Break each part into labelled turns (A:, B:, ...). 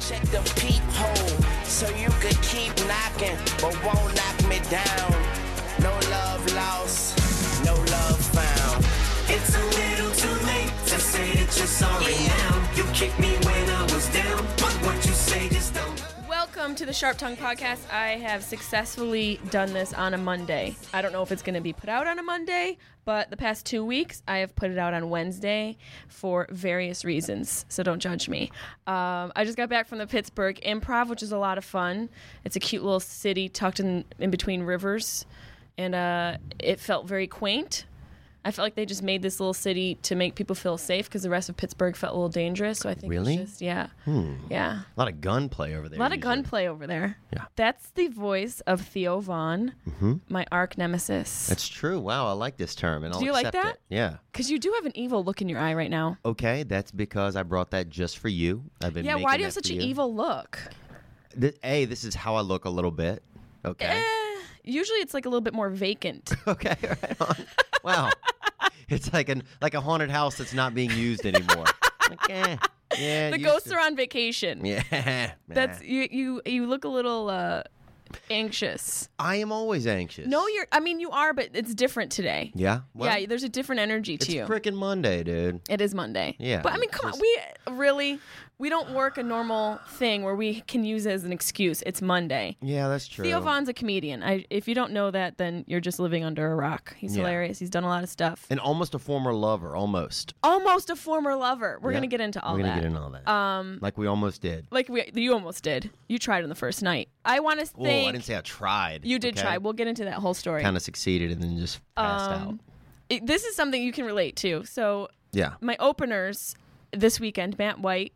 A: Check the peephole so you could keep knocking, but won't knock me down. No love lost, no love found.
B: It's a little too late to say that you're sorry now. You kicked me when I was down, but what you say just don't.
C: Welcome to the Sharp Tongue Podcast. I have successfully done this on a Monday. I don't know if it's going to be put out on a Monday, but the past two weeks I have put it out on Wednesday for various reasons, so don't judge me. Um, I just got back from the Pittsburgh Improv, which is a lot of fun. It's a cute little city tucked in, in between rivers, and uh, it felt very quaint. I felt like they just made this little city to make people feel safe because the rest of Pittsburgh felt a little dangerous. So I think it's
D: Really?
C: just, yeah, yeah.
D: A lot of gunplay over there.
C: A lot of
D: usually.
C: gunplay over there.
D: Yeah. Mm-hmm.
C: That's the voice of Theo Vaughn, my arch nemesis.
D: That's true. Wow, I like this term, and
C: Do
D: I'll
C: you like
D: accept
C: that?
D: it. Yeah.
C: Because you do have an evil look in your eye right now.
D: Okay, that's because I brought that just for you. I've been.
C: yeah, why
D: making
C: do you
D: that
C: have such
D: for
C: an evil look?
D: Th- hey, this is how I look a little bit. Okay.
C: Eh, usually it's like a little bit more vacant.
D: Okay. Right on. Wow. it's like an like a haunted house that's not being used anymore. like, eh, yeah.
C: the
D: used
C: ghosts
D: to-
C: are on vacation.
D: Yeah.
C: That's
D: nah.
C: you you you look a little uh anxious.
D: I am always anxious.
C: No, you're I mean you are, but it's different today.
D: Yeah. Well,
C: yeah, there's a different energy to
D: It's
C: you.
D: freaking Monday, dude.
C: It is Monday.
D: Yeah,
C: But I mean, come on. We really, we don't work a normal thing where we can use it as an excuse. It's Monday.
D: Yeah, that's true.
C: Theo Vaughn's a comedian. I, if you don't know that, then you're just living under a rock. He's
D: Yeah.
C: hilarious. He's done a lot of stuff.
D: and almost a former lover, almost.
C: Almost a former lover. We're
D: Yeah.
C: gonna get into all
D: We're gonna
C: that.
D: get into all that. Um, like we almost did.
C: like we, you almost did. You tried on the first night. I want to
D: Oh,
C: thank.
D: I didn't say I tried.
C: you did try. We'll Um, get into that whole story.
D: kind of succeeded and then just passed out.
C: It- this is something you can relate to. So
D: Yeah.
C: my openers this weekend, Matt White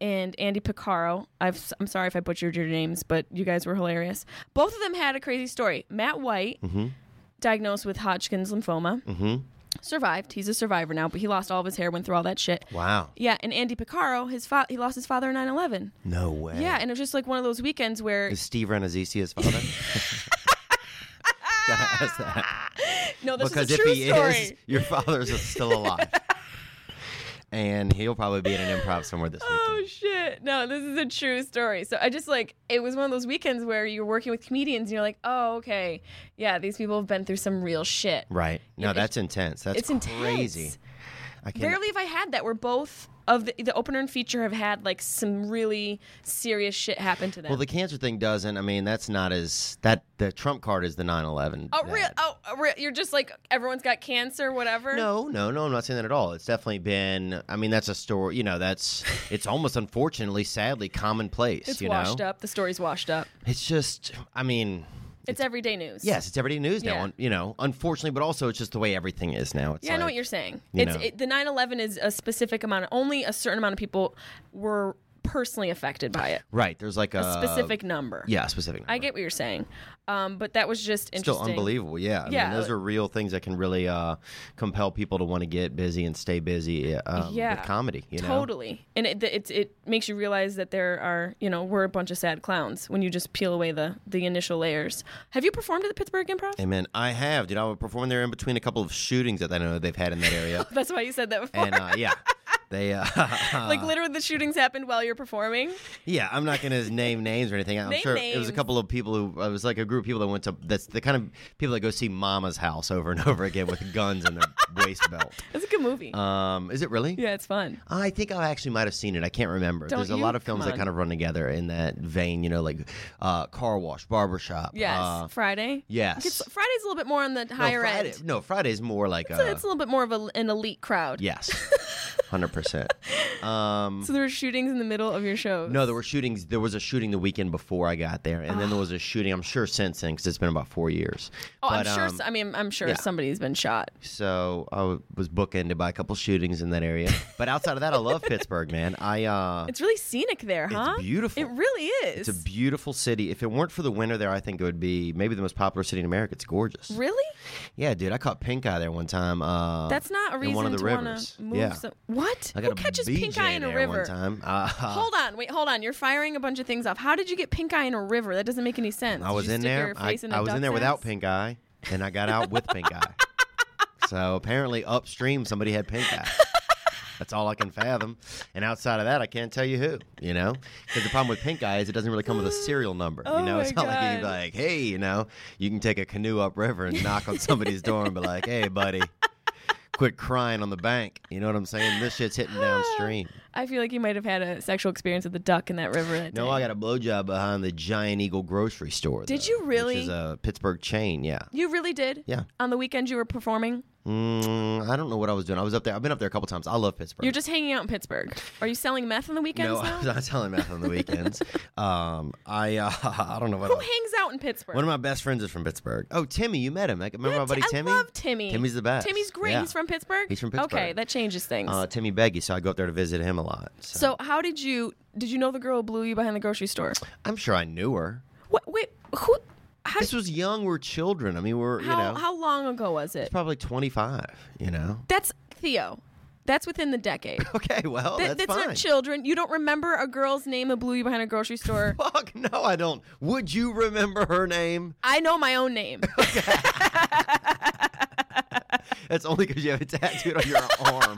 C: and Andy Picaro. I've, I'm sorry if I butchered your names, but you guys were hilarious. Both of them had a crazy story. Matt White,
D: Mm-hmm.
C: diagnosed with Hodgkin's lymphoma, survived. He's a survivor now, but he lost all of his hair, went through all that shit.
D: Wow.
C: Yeah, and Andy Picaro, his fa- he lost his father in 9/11.
D: No way.
C: Yeah, and it was just like one of those weekends where
D: Is Steve Renazzisi's father? Gotta ask that.
C: no, this
D: because
C: is a
D: if
C: true
D: he
C: story.
D: is, your father's still alive. and he'll probably be at an improv somewhere this weekend.
C: Oh shit! No, this is a true story. So I just like it was one of those weekends where you're working with comedians and you're like, oh okay, yeah, these people have been through some real shit.
D: Right. No,
C: Yeah,
D: that's intense. That's
C: it's intense.
D: crazy. I can't.
C: Barely have I had that where both of the, the opener and feature have had like some really serious shit happen to them.
D: Well, the cancer thing doesn't. I mean, that's not as that the trump card is the 9/11.
C: oh real?
D: bad.
C: Oh a real? You're just like everyone's got cancer, whatever.
D: No, no, no, I'm not saying that at all. It's definitely been I mean, that's a story, you know, that's it's almost unfortunately sadly commonplace,
C: it's
D: you
C: washed
D: know.
C: up. The story's washed up.
D: It's just I mean,
C: It's, everyday news.
D: yes, it's everyday news
C: Yeah.
D: now, un- you know, unfortunately, but also it's just the way everything is now. It's
C: Yeah, I know
D: like-
C: what you're saying.
D: you
C: it's
D: know.
C: it, the 9/11 is a specific amount. Only a certain amount of people were personally affected by it.
D: Right, there's like a,
C: a specific number.
D: Yeah, a specific.
C: I
D: number.
C: get what you're saying, um, but that was just interesting.
D: still unbelievable. Yeah. I mean,
C: Yeah. uh
D: those are real things that can really uh, compel people to want to get busy and stay busy uh,
C: Yeah.
D: with comedy, you know.
C: Totally, and it, it it makes you realize that there are you know we're a bunch of sad clowns when you just peel away the the initial layers. Have you performed at the Pittsburgh Improv?
D: Amen. I have, dude. I performed there in between a couple of shootings that I know they've had in that area.
C: That's why you said that before.
D: and uh, yeah, they. Uh,
C: like literally, the shootings happened while you're performing.
D: yeah, I'm not gonna name names or anything. I'm
C: Name
D: sure it was a
C: names.
D: couple of people who uh, it was like a group of people that went to that's the kind of people that go see Mama's house over and over again with guns in their waist belt.
C: It's a good movie.
D: Um, is it really?
C: yeah, it's fun.
D: I think I actually might have seen it. I can't remember.
C: Don't
D: There's a
C: you?
D: lot of films
C: Come
D: that
C: on.
D: kind of run together in that vein, you know, like uh, Car Wash, Barbershop.
C: Yes,
D: Uh,
C: Friday.
D: yes.
C: It's- Friday's a little bit more on the
D: no,
C: higher
D: Friday-
C: end.
D: No, Friday's more like
C: It's a, it's a little bit more of a, an elite crowd.
D: Yes. hundred percent. Um,
C: So there were shootings in the middle of your shows.
D: no, there were shootings. There was a shooting the weekend before I got there, and then there was a shooting. I'm sure since then, because it's been about four years.
C: Ah. Oh,
D: But,
C: I'm sure.
D: um,
C: s- I mean, I'm sure
D: yeah.
C: somebody's been shot.
D: so I w- was bookended by a couple shootings in that area. But outside of that, I love Pittsburgh, man. I uh,
C: It's really scenic there, huh?
D: beautiful.
C: It really is.
D: It's a beautiful city. If it weren't for the winter there, I think it would be maybe the most popular city in America. It's gorgeous.
C: really?
D: Yeah, dude, I caught pink eye there one time. Uh,
C: That's not a reason
D: in one of the
C: to
D: rivers.
C: wanna move.
D: yeah.
C: some- what?
D: I got
C: Who
D: a
C: catches
D: BJ
C: pink eye in a
D: there
C: river?
D: One time. Uh,
C: Hold on, wait, hold on. You're firing a bunch of things off. How did you get pink eye in a river? That doesn't make any sense.
D: I
C: Did
D: was
C: you
D: in
C: stick
D: there.
C: your
D: I,
C: face in a
D: I was in
C: duck's
D: there
C: ass?
D: without pink eye, and I got out with pink eye. So apparently, upstream, somebody had pink eye. That's all I can fathom. And outside of that, I can't tell you who, you know? Because the problem with pink eye is it doesn't really come with a serial number.
C: Oh
D: you know,
C: my
D: it's not like you can be
C: God.
D: like, hey, you know, you can take a canoe upriver and knock on somebody's door and be like, hey, buddy, quit crying on the bank. You know what I'm saying? This shit's hitting downstream.
C: I feel like you might have had a sexual experience with a duck in that river. That
D: No,
C: day.
D: I got a blowjob behind the Giant Eagle grocery store.
C: Did
D: though,
C: you really?
D: Which is a Pittsburgh chain, yeah.
C: You really did?
D: Yeah.
C: On the weekend you were performing?
D: Mm, I don't know what I was doing. I was up there. I've been up there a couple times. I love Pittsburgh.
C: You're just hanging out in Pittsburgh. Are you selling meth on the weekends
D: no, I was
C: now?
D: not telling math on the weekends. um, I uh, I don't know what.
C: Who
D: I-
C: hangs out in Pittsburgh?
D: one of my best friends is from Pittsburgh. Oh, Timmy, you met him. Like, Remember my
C: Yeah,
D: buddy
C: Ti-
D: Timmy?
C: I love Timmy.
D: Timmy's the best.
C: Timmy's great.
D: Yeah.
C: He's from Pittsburgh.
D: He's from
C: Okay,
D: Pittsburgh.
C: that changes things.
D: Uh, Timmy Beggy, so I go up there to visit him a lot. So,
C: so how did you did you know the girl who blew you behind the grocery store?
D: I'm sure I knew her.
C: What wait who how
D: This
C: did,
D: was young. We were children. I mean, we are you
C: how,
D: know
C: how long ago was it?
D: probably 25. You know.
C: That's Theo. That's within the decade.
D: Okay, well
C: That-
D: Oh, that's,
C: that's
D: fine.
C: not children. You don't remember a girl's name who blew you behind a grocery store.
D: Fuck no, I don't. Would you remember her name?
C: I know my own name.
D: That's only because you have a tattooed on your arm.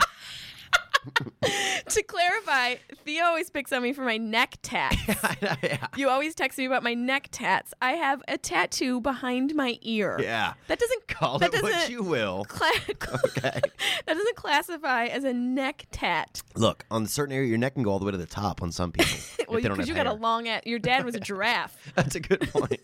C: to clarify, Theo always picks on me for my neck tats.
D: yeah.
C: You always text me about my neck tats. I have a tattoo behind my ear.
D: Yeah.
C: That doesn't
D: Call
C: that
D: it what
C: doesn't-
D: you will.
C: Cla- that doesn't classify as a neck tat.
D: Look, on a certain area, your neck can go all the way to the top on some people. if
C: Well,
D: they don't
C: because you
D: have
C: got a
D: hair.
C: long ass. Your dad was a giraffe,
D: That's a good point.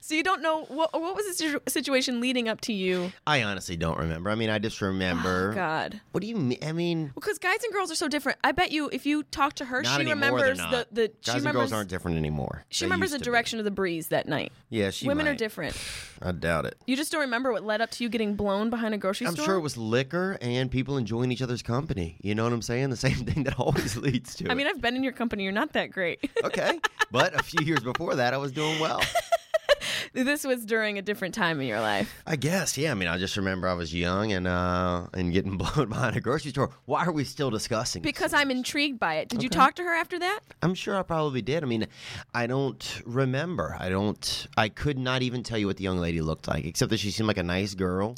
C: so you don't know what what was the situ- situation leading up to you.
D: I honestly don't remember. I mean, I just remember.
C: Oh, God.
D: What do you mean? I mean,
C: Because guys and girls are so different. I bet you, if you talk to her,
D: not
C: she
D: anymore.
C: remembers
D: they're
C: the
D: not.
C: the she
D: Guys and
C: remembers
D: girls aren't different anymore.
C: she
D: They
C: remembers the
D: used to be.
C: direction of the breeze that night.
D: Yeah, she.
C: Women are
D: might.
C: different.
D: I doubt it.
C: You just don't remember what led up to you getting blown behind a grocery
D: I'm
C: store.
D: sure it was liquor and people enjoying each other's company. You know what I'm saying? The same thing that always leads to.
C: I
D: it.
C: mean, I've been in your company. You're not that great.
D: okay, but a few years before that, I was doing well.
C: this was during a different time in your life.
D: I guess, yeah. I mean, I just remember I was young and uh and getting blown behind a grocery store. Why are we still discussing? this?
C: Because I'm intrigued by it. Did you talk to her after that?
D: I'm sure I probably did. I mean, I don't remember. I don't. I could not even tell you what the young lady looked like, except that she seemed like a nice girl.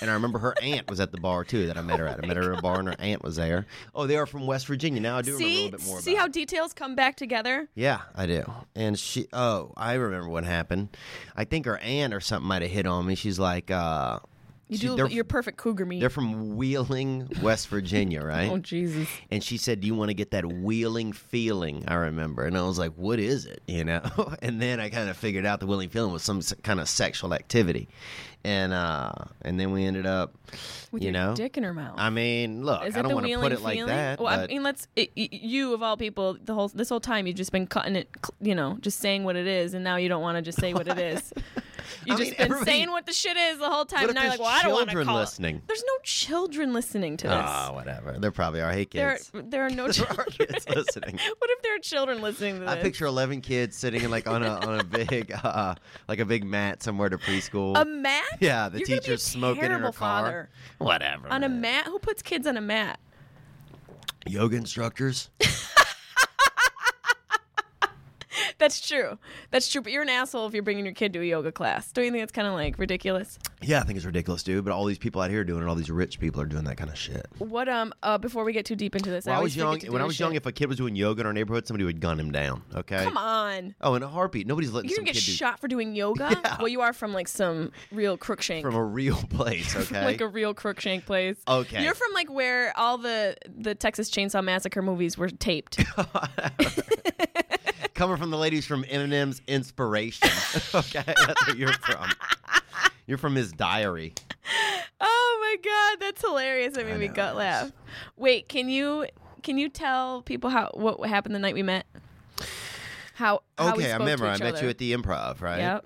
D: and I remember her aunt was at the bar too that I met her at. I
C: Oh
D: met her at a bar and her aunt was there. Oh, they are from West Virginia. Now I do remember a
C: see
D: little bit more.
C: see
D: about
C: how
D: it.
C: details come back together?
D: Yeah, I do. And she, oh, I remember what happened. I think her aunt or something might have hit on me. She's like, uh,
C: You
D: she-
C: do
D: they're-
C: your perfect cougar meat.
D: They're from Wheeling, West Virginia, right?
C: Oh Jesus!
D: and she said, "Do you want to get that wheeling feeling?" I remember, and I was like, "What is it?" You know. and then I kind of figured out the wheeling feeling was some s- kind of sexual activity, and uh, and then we ended up,
C: With
D: you
C: your
D: know,
C: dick in her mouth.
D: I mean, look,
C: Is
D: I
C: it
D: don't
C: the
D: want to
C: wheeling
D: put it like
C: feeling?
D: that.
C: Well, I
D: but-
C: mean, let's. It, y- you of all people, the whole this whole time you've just been cutting it. cl- You know, just saying what it is, and now you don't want to just say what it is. You
D: I
C: just
D: mean,
C: been
D: everybody-
C: saying what the shit is the whole time, and
D: What if
C: now you're
D: there's
C: like, "Well, I don't want to
D: children
C: call." it."
D: listening?
C: There's no children listening to this.
D: Ah, whatever. There probably are. Hey,
C: there,
D: kids.
C: there are no
D: There are
C: children.
D: kids listening.
C: what if there are children listening to this?
D: I picture eleven kids sitting in like on a on a big uh, like a big mat somewhere to preschool.
C: a mat.
D: yeah, the
C: Um, You're gonna be a
D: teacher's smoking in her
C: terrible
D: car.
C: father.
D: Whatever.
C: On a
D: man.
C: mat? Who puts kids on a mat?
D: Yoga instructors.
C: That's true. That's true. But you're an asshole if you're bringing your kid to a yoga class. Don't you think that's kind of like ridiculous?
D: Yeah, I think it's ridiculous, dude. But all these people out here doing it, all these rich people are doing that kind of shit.
C: What um uh before we get too deep into this,
D: When I,
C: always
D: was
C: forget
D: young,
C: to do
D: when I
C: this
D: was young,
C: shit.
D: if a kid was doing yoga in our neighborhood, somebody would gun him down. Okay.
C: come on,
D: Oh, in a heartbeat, nobody's letting
C: you're
D: some
C: gonna get
D: kid do-
C: shot for doing yoga. Well, you are from like some real crookshank,
D: from a real place. Okay.
C: like a real crookshank place.
D: Okay.
C: you're from like where all the the Texas Chainsaw Massacre movies were taped.
D: Coming from the ladies from Eminem's Inspiration. okay, that's where you're from. You're from his diary.
C: oh god, that's hilarious. That made me
D: know,
C: gut
D: it
C: laugh.
D: is.
C: Wait, can you can you tell people how what happened the night we met? How, how we
D: okay, I
C: spoke
D: remember.
C: To
D: I
C: each
D: met
C: other.
D: you at the improv, right?
C: Yep.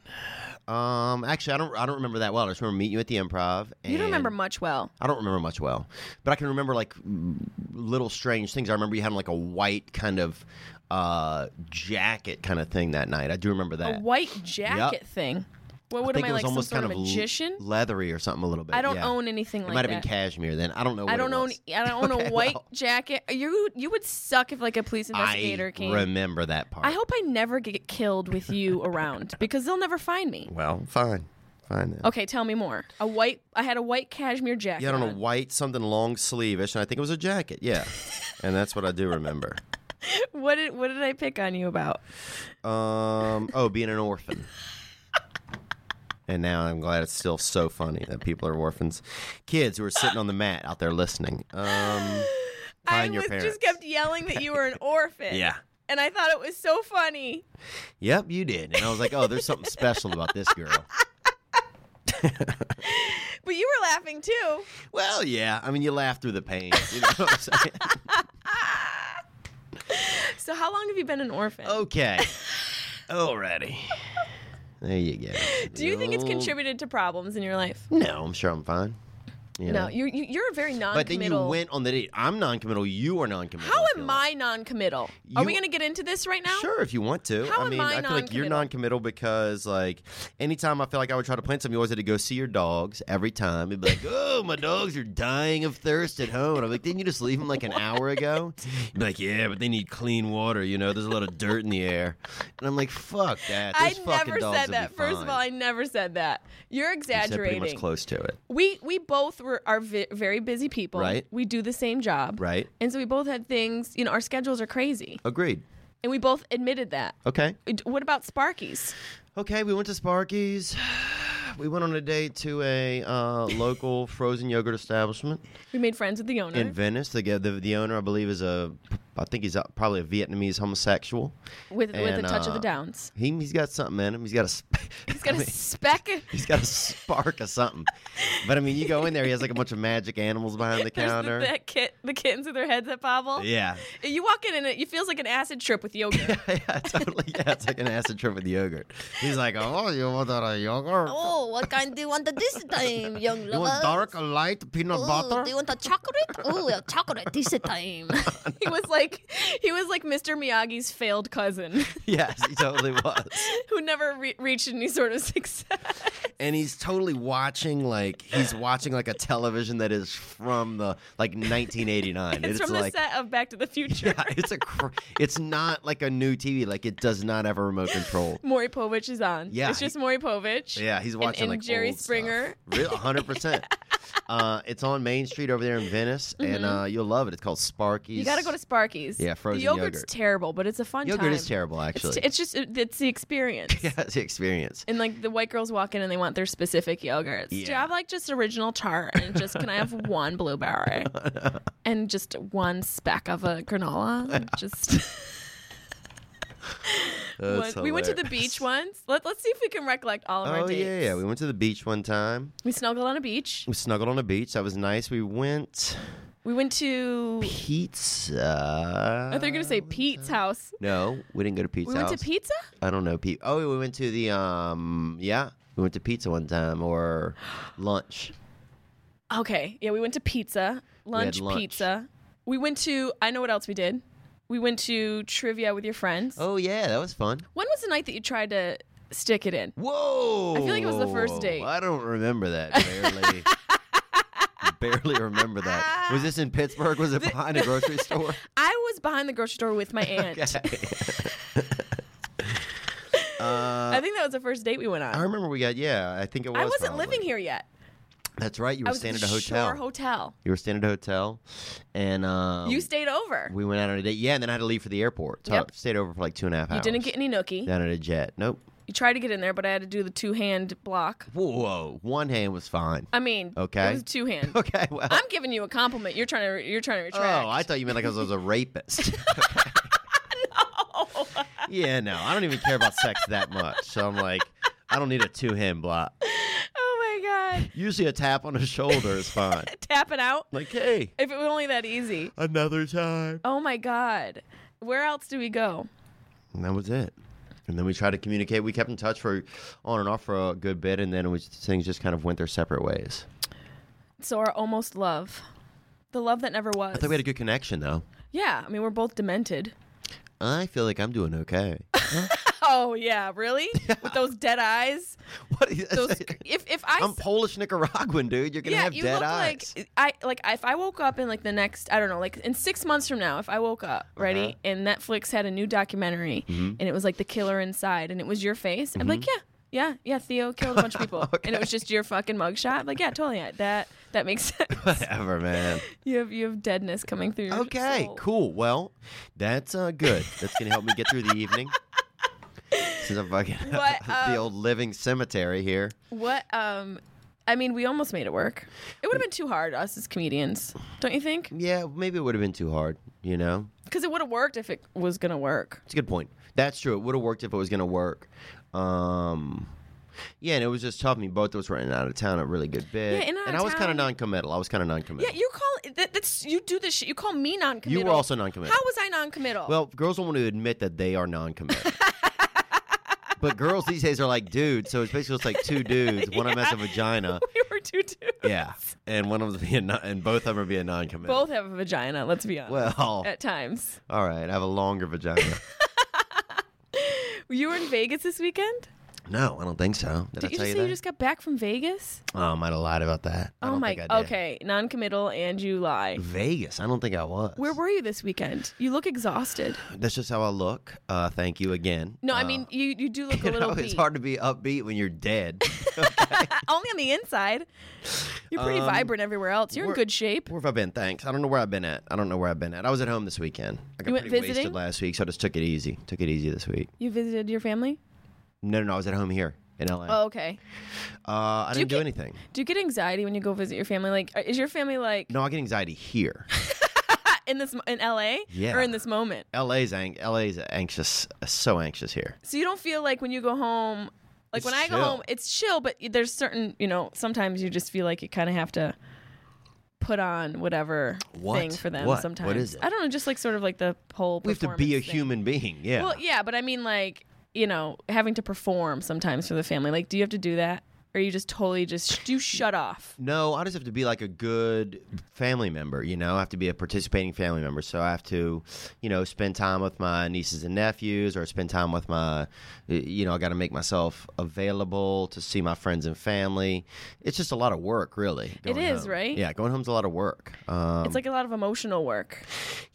D: Um, actually, I don't. I don't remember that well. I just remember meeting you at the improv. And
C: You don't remember much well.
D: I don't remember much well, but I can remember like m- little strange things. I remember you had like a white kind of uh, jacket kind of thing that night. I do remember that.
C: A white jacket thing. What
D: I
C: would
D: think
C: am I like
D: it was
C: some
D: almost
C: sort
D: kind
C: of
D: l-
C: magician?
D: leathery or something a little bit.
C: I don't
D: yeah.
C: own anything
D: It
C: like
D: might have
C: that.
D: been cashmere then. I don't know. What
C: I
D: it
C: don't own e,
D: was.
C: I don't own
D: Okay,
C: a white
D: well,
C: jacket. You you would suck if like a police investigator
D: I
C: came.
D: remember that part.
C: I hope I never get killed with you around because they'll never find me.
D: Well, fine, fine then.
C: Okay, tell me more. A white I had a white cashmere jacket.
D: Yeah, I don't know,
C: on.
D: white something long sleevish, and I think it was a jacket. Yeah, and that's what I do remember.
C: What did what did I pick on you about?
D: Um, oh, being an orphan. And now I'm glad it's still so funny that people are orphans. Kids who are sitting on the mat out there listening. Um,
C: I
D: find your
C: was
D: parents.
C: just kept yelling that you were an orphan.
D: Yeah.
C: And I thought it was so funny.
D: Yep, you did. And I was like, oh, there's something special about this girl.
C: But you were laughing too.
D: Well, yeah. I mean, you laugh through the pain. You know what I'm saying?
C: So how long have you been an orphan?
D: Okay. Alrighty. There you go.
C: Do you think it's
D: Oh,
C: contributed to problems in your life?
D: No, I'm sure I'm fine. You
C: No,
D: know?
C: you, you you're a very
D: But then
C: non-committal.
D: you went on the date. I'm non-committal. You are non-committal.
C: How
D: I feel
C: am
D: like.
C: I non-committal? Are we
D: You-
C: going to get into this right now?
D: Sure, if you want to.
C: How
D: I
C: am
D: mean,
C: I
D: I feel like you're
C: non-committal?
D: non-committal because like anytime I feel like I would try to plan something, you always had to go see your dogs every time. It'd be like, oh, my dogs are dying of thirst at home. And I'm like, didn't you just leave them like an hour ago? You'd be like, yeah, but they need clean water. You know, there's a lot of dirt in the air. And I'm like, fuck that.
C: I
D: Those fucking
C: never
D: dogs
C: said
D: will
C: that.
D: Be
C: First
D: fine.
C: of all, I never said that. You're
D: You said pretty
C: exaggerating.
D: much close to it.
C: We we both were are vi- very busy people.
D: Right.
C: We do the same job.
D: Right.
C: And so we both had things. You know, our schedules are crazy,
D: Agreed.
C: and we both admitted that.
D: Okay.
C: D- What about Sparky's?
D: Okay, we went to Sparky's. We went on a date to a uh, local frozen yogurt establishment.
C: We made friends with the owner.
D: in Venice. The, guy- the the owner, I believe, is a I think he's a, probably a Vietnamese homosexual.
C: with with a
D: and,
C: touch of the
D: uh,
C: downs.
D: He he's got something in him. He's got a sp-
C: He's got a speck.
D: he's got a spark of something. But I mean, you go in there, he has like a bunch of magic animals behind the
C: There's
D: counter.
C: the, that kit, the kittens with their heads up bobble.
D: yeah.
C: You walk in and it, it feels like an acid trip with yogurt.
D: yeah, totally. Yeah, it's like an acid trip with yogurt. He's like, oh, you want a yogurt?
E: Oh, what kind do you want this time, young
D: you
E: lover?
D: want dark, light, peanut
E: Ooh,
D: butter?
E: do you want a chocolate? Ooh, a chocolate this time.
C: he was like he was like Mr. Miyagi's failed cousin
D: yes, he totally was.
C: who never re- reached any sort of success.
D: and he's totally watching like he's watching like a television that is from the like 1989.
C: It's, from
D: like
C: the set of Back to the Future.
D: yeah, it's a cr- it's not like a new TV. Like it does not have a remote control.
C: Maury Povich is on.
D: Yeah,
C: it's just Maury Povich.
D: Yeah, he's
C: and
D: watching like
C: Jerry
D: old
C: Springer.
D: stuff. Real, 100%. Uh, it's on Main Street over there in Venice, and uh, you'll love it. It's called Sparky's.
C: Mm-hmm. You got to go to Sparky's.
D: Yeah, frozen
C: the yogurt's
D: yogurt.
C: terrible, but it's a fun
D: Yogurt
C: time.
D: is terrible,
C: It's, t-
D: actually.
C: it's just it- it's the experience.
D: yeah, it's the experience.
C: And like the white girls walk in and they want their specific yogurts. Do you
D: Yeah.
C: have like just original tart and just can I have one blueberry and just one speck of a granola? And Just
D: That's
C: One- we went to the
D: hilarious.
C: beach once. Let, let's see if we can recollect all of
D: Oh
C: our dates.
D: yeah, yeah. We went to the beach one time.
C: We snuggled on a beach.
D: We snuggled on a beach. That was nice. We went
C: We went to.
D: pizza.
C: I thought you were gonna say Pete's house.
D: No, we didn't go to pizza.
C: We went to
D: House.
C: pizza.
D: I don't know. Pe- oh, we went to the um. Yeah, we went to pizza one time or lunch.
C: Okay, yeah, we went to pizza lunch,
D: lunch.
C: Pizza. We went to. I know what else we did. We went to trivia with your friends.
D: Oh yeah, that was fun.
C: When was the night that you tried to stick it in?
D: Whoa!
C: feel like it was the first date.
D: I don't remember that. Barely. barely remember that. Was this in Pittsburgh? Was it behind a grocery store?
C: I was behind the grocery store with my aunt. I think that was the first date we went on.
D: I remember we got. Yeah, I think it was.
C: I wasn't
D: probably.
C: living here yet.
D: That's right. You
C: I
D: were
C: was
D: staying at
C: the
D: a hotel.
C: Shore Hotel.
D: you were staying at a hotel, and um,
C: you stayed over.
D: we went out on a date. Yeah, and then I had to leave for the airport. So
C: Yep.
D: I stayed over for like two and a half
C: you
D: hours.
C: didn't get any nookie.
D: down at a jet. Nope.
C: You tried to get in there, but I had to do the two hand block.
D: Whoa, whoa. One hand was fine.
C: I mean,
D: Okay.
C: it was two hand.
D: Okay, well.
C: I'm giving you a compliment. You're trying to you're trying to retract.
D: oh, I thought you meant like I was, I was a rapist. yeah, no, I don't even care about sex that much. So I'm like, I don't need a two hand block.
C: oh my God.
D: Usually a tap on the shoulder is fine.
C: Tapping out.
D: like, hey,
C: If it was only that easy.
D: another time.
C: Oh my God. Where else do we go?
D: And that was it. And then we tried to communicate. We kept in touch for on and off for a good bit, and then it was, things just kind of went their separate ways.
C: So our almost love. The love that never was.
D: I thought we had a good connection, though.
C: yeah, I mean, we're both demented.
D: I feel like I'm doing okay.
C: Oh, yeah, really? With those dead eyes?
D: what? Is,
C: Those, if, if I.
D: I'm
C: s-
D: Polish Nicaraguan, dude. You're gonna
C: yeah,
D: have
C: you
D: dead
C: look
D: eyes.
C: like I like if I woke up in like the next I don't know like in six months from now if I woke up
D: Uh-huh.
C: ready and Netflix had a new documentary
D: Mm-hmm.
C: and it was like the killer inside and it was your face I'm like yeah yeah yeah Theo killed a bunch of people and it was just your fucking mugshot I'm like yeah totally yeah, that that makes sense
D: Whatever, man.
C: you have you have deadness coming through your
D: Okay,
C: soul.
D: cool. Well, that's uh, good. That's gonna help me get through the evening. Since I'm fucking
C: But,
D: the
C: um,
D: old living cemetery here.
C: what um I mean we almost made it work it would have been too hard us as comedians don't you think
D: Yeah, maybe it would have been too hard. You know,
C: because it would have worked if it was gonna work
D: it's a good point. That's true. It would have worked if it was gonna work. Um, yeah, and it was just tough. I mean, both of us were in and out of town a really good bit,
C: Yeah, in and out
D: and
C: of
D: I was kind of
C: town.
D: non-committal. I was kind of
C: Yeah,
D: non-committal.
C: you call that, that's you do this shit. You call me non-committal.
D: You were also non-committal.
C: How was I non-committal?
D: Well, girls don't want to admit that they are non-committal. but girls these days are like dudes, so it's basically just like two dudes. One of them has a
C: Yeah.
D: vagina.
C: we were two dudes.
D: Yeah, and one of them being non- and both of them are being non-committal.
C: Both have a vagina. Let's be honest.
D: Well,
C: at times,
D: all right. I have a longer vagina.
C: you were in Vegas this weekend.
D: no, I don't think so. Did, I
C: Did you
D: tell
C: just
D: you
C: say
D: that?
C: you just got back from Vegas?
D: Oh, I might have lied about that. I
C: oh
D: don't
C: my.
D: Think I did.
C: Okay, non-committal and you lie.
D: Vegas. I don't think I was.
C: Where were you this weekend? You look exhausted.
D: That's just how I look. Uh, thank you again.
C: No, I
D: Uh,
C: mean you. You do look a
D: you know,
C: little.
D: it's
C: beat. Uh,
D: hard to be upbeat when you're dead.
C: Only on the inside. You're pretty
D: Um,
C: vibrant everywhere else. You're in
D: we're-
C: good shape.
D: Where have I been? Thanks. I don't know where I've been at. I don't know where I've been at. I was at home this weekend. I got
C: You went
D: pretty
C: visiting?
D: wasted last week, so I just took it easy. Took it easy this week.
C: You visited your family.
D: No, no, no. I was at home here in LA.
C: Oh, okay.
D: uh, I didn't do
C: get-
D: anything.
C: Do you get anxiety when you go visit your family? Like, uh, is your family like?
D: No, I get anxiety here.
C: in this in LA
D: Yeah.
C: or in this moment.
D: LA's ang- LA's anxious, so anxious here.
C: So you don't feel like when you go home, like
D: It's
C: when I go
D: chill.
C: home, it's chill, but there's certain, you know, sometimes you just feel like you kind of have to put on whatever
D: What?
C: thing for them
D: What? What
C: sometimes.
D: is it?
C: I don't know, just like sort of like the whole
D: We have to be a
C: performance thing.
D: human being. Yeah.
C: Well, yeah, but I mean like, you know, having to perform sometimes for the family. Like, do you have to do that? Or you just totally just do you shut off?
D: No, I just have to be like a good family member, you know. I have to be a participating family member. So I have to, you know, spend time with my nieces and nephews or spend time with my you know, I got to make myself available to see my friends and family. It's just a lot of work, really.
C: It
D: going
C: is,
D: home.
C: right?
D: Yeah, going home's a lot of work. Um,
C: It's like a lot of emotional work.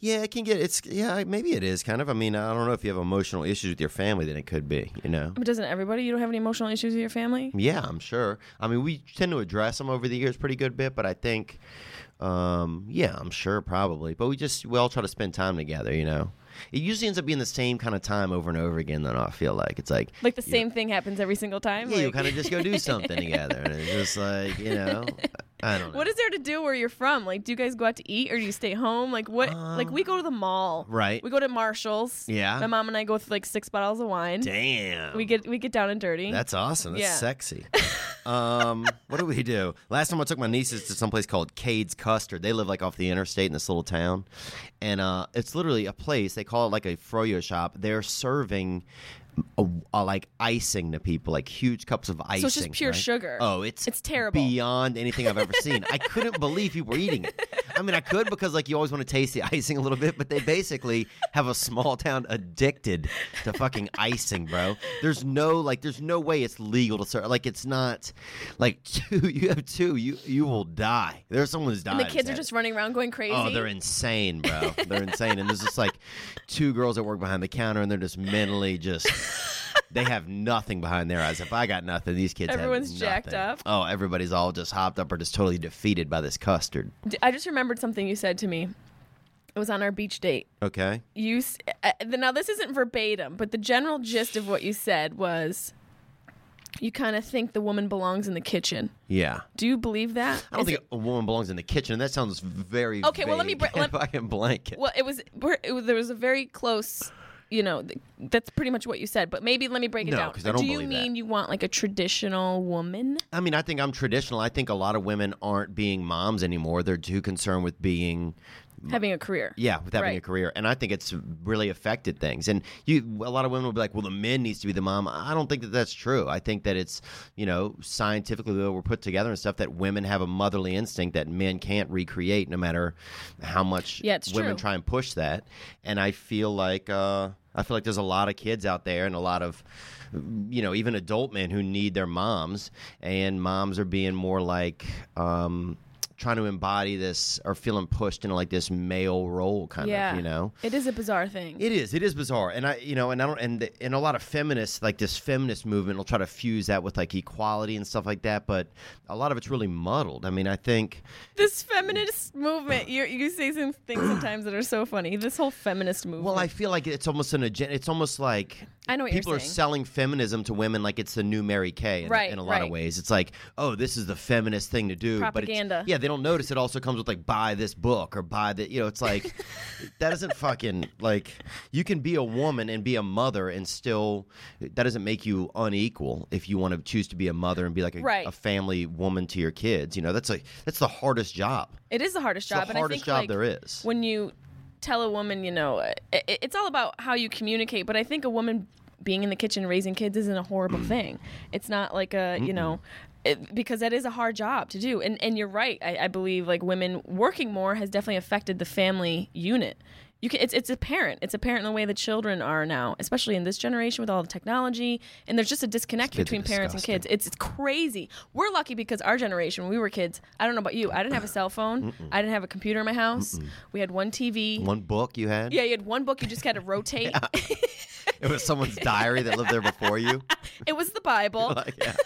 D: yeah, it can get it's yeah, maybe it is kind of. I mean, I don't know if you have emotional issues with your family then it could be, you know.
C: But doesn't everybody? You don't have any emotional issues with your family?
D: Yeah, I'm sure. I mean, we tend to address them over the years pretty good bit, but I think, um, yeah, I'm sure probably. But we just we all try to spend time together, you know. It usually ends up being the same kind of time over and over again. Though I feel like it's like
C: Like the same thing happens every single time.
D: yeah,
C: like,
D: you kind of just go do something together, and it's just like you know, I don't know.
C: What is there to do where you're from? Like, do you guys go out to eat or do you stay home? Like, what? like, we go to the mall.
D: right.
C: We go to Marshalls.
D: Yeah.
C: My mom and I go with like six bottles of wine.
D: Damn,
C: We get we get down and dirty.
D: that's awesome. That's
C: Yeah.
D: sexy. um, what do we do? Last time I took my nieces to someplace called Cade's Custard. They live like off the interstate in this little town, and uh, it's literally a place. They call it like a froyo shop. They're serving. A, a, like icing to people, like huge cups of icing.
C: it's just pure
D: right?
C: sugar.
D: Oh, it's
C: It's terrible.
D: beyond anything I've ever seen. I couldn't believe people were eating it. I mean, I could because like you always want to taste the icing a little bit, but they basically have a small town addicted to fucking icing, bro. There's no like, there's no way it's legal to serve. Like, it's not like two. You have two, you you will die. There's someone who's
C: and
D: dying.
C: the kids are
D: Sad.
C: just running around going crazy.
D: Oh, they're insane, bro. They're insane. And there's just like two girls that work behind the counter and they're just mentally just they have nothing behind their eyes. If I got nothing, these kids have
C: Everyone's jacked
D: nothing.
C: up.
D: Oh, everybody's all just hopped up or just totally defeated by this custard.
C: D- I just remembered something you said to me. It was on our beach date.
D: Okay.
C: You s- uh, the- now this isn't verbatim, but the general gist of what you said was, you kind of think the woman belongs in the kitchen.
D: Yeah.
C: Do you believe that?
D: I don't
C: Is
D: think a woman belongs in the kitchen. and That sounds very
C: Okay, well, let me
D: vague
C: br- let-
D: if I can blanket.
C: Well, it was, we're- it was there was a very close you know, th- that's pretty much what you said. But maybe let me break it
D: No,
C: down.
D: 'cause I don't
C: Do you
D: believe that.
C: mean you want like a traditional woman?
D: I mean, I think I'm traditional. I think a lot of women aren't being moms anymore. They're too concerned with being
C: having a career.
D: Yeah, with having a
C: Right.
D: career, and I think it's really affected things. And you, a lot of women will be like, "Well, the men needs to be the mom." I don't think that that's true. I think that it's, you know, scientifically the way we're put together and stuff that women have a motherly instinct that men can't recreate, no matter how much
C: Yeah, it's
D: women
C: true.
D: try and push that. And I feel like uh, I feel like there's a lot of kids out there and a lot of, you know, even adult men who need their moms, and moms are being more like. Um, trying to embody this or feeling pushed into like this male role kind
C: Yeah.
D: of you know
C: It is a bizarre thing.
D: it is it is bizarre and i you know and i don't and and a lot of feminists like this feminist movement will try to fuse that with like equality and stuff like that but a lot of it's really muddled i mean i think
C: this feminist movement, you you say some things sometimes that are so funny. This whole feminist movement.
D: well i feel like it's almost an agenda it's almost like
C: I know what you're
D: people are
C: saying.
D: selling feminism to women like it's the new mary kay in,
C: Right,
D: in a lot
C: right.
D: of ways it's like oh this is the feminist thing to do but
C: Propaganda.
D: it's, yeah they don't notice it also comes with like buy this book or buy the you know it's like that doesn't fucking like you can be a woman and be a mother and still that doesn't make you unequal if you want to choose to be a mother and be like a,
C: Right.
D: a family woman to your kids you know that's like that's the hardest job
C: It is the hardest
D: the
C: job. and I
D: hardest
C: think,
D: job
C: like,
D: there is.
C: When you tell a woman, you know, i i- it's all about how you communicate. But I think a woman being in the kitchen raising kids isn't a horrible thing. It's not like a, you know, it, because that is a hard job to do. And and you're right. I, I believe like women working more has definitely affected the family unit. You can, it's it's apparent. It's apparent in the way the children are now, especially in this generation with all the technology. And there's just a disconnect
D: Kids are
C: between parents and kids. It's, it's crazy. We're lucky because our generation, when we were kids, I don't know about you, I didn't have a cell phone. I didn't have a computer in my house. We had one TV.
D: one book you had
C: Yeah, you had one book. You just had to rotate.
D: it was someone's diary that lived there before you
C: it was the Bible.
D: like, yeah.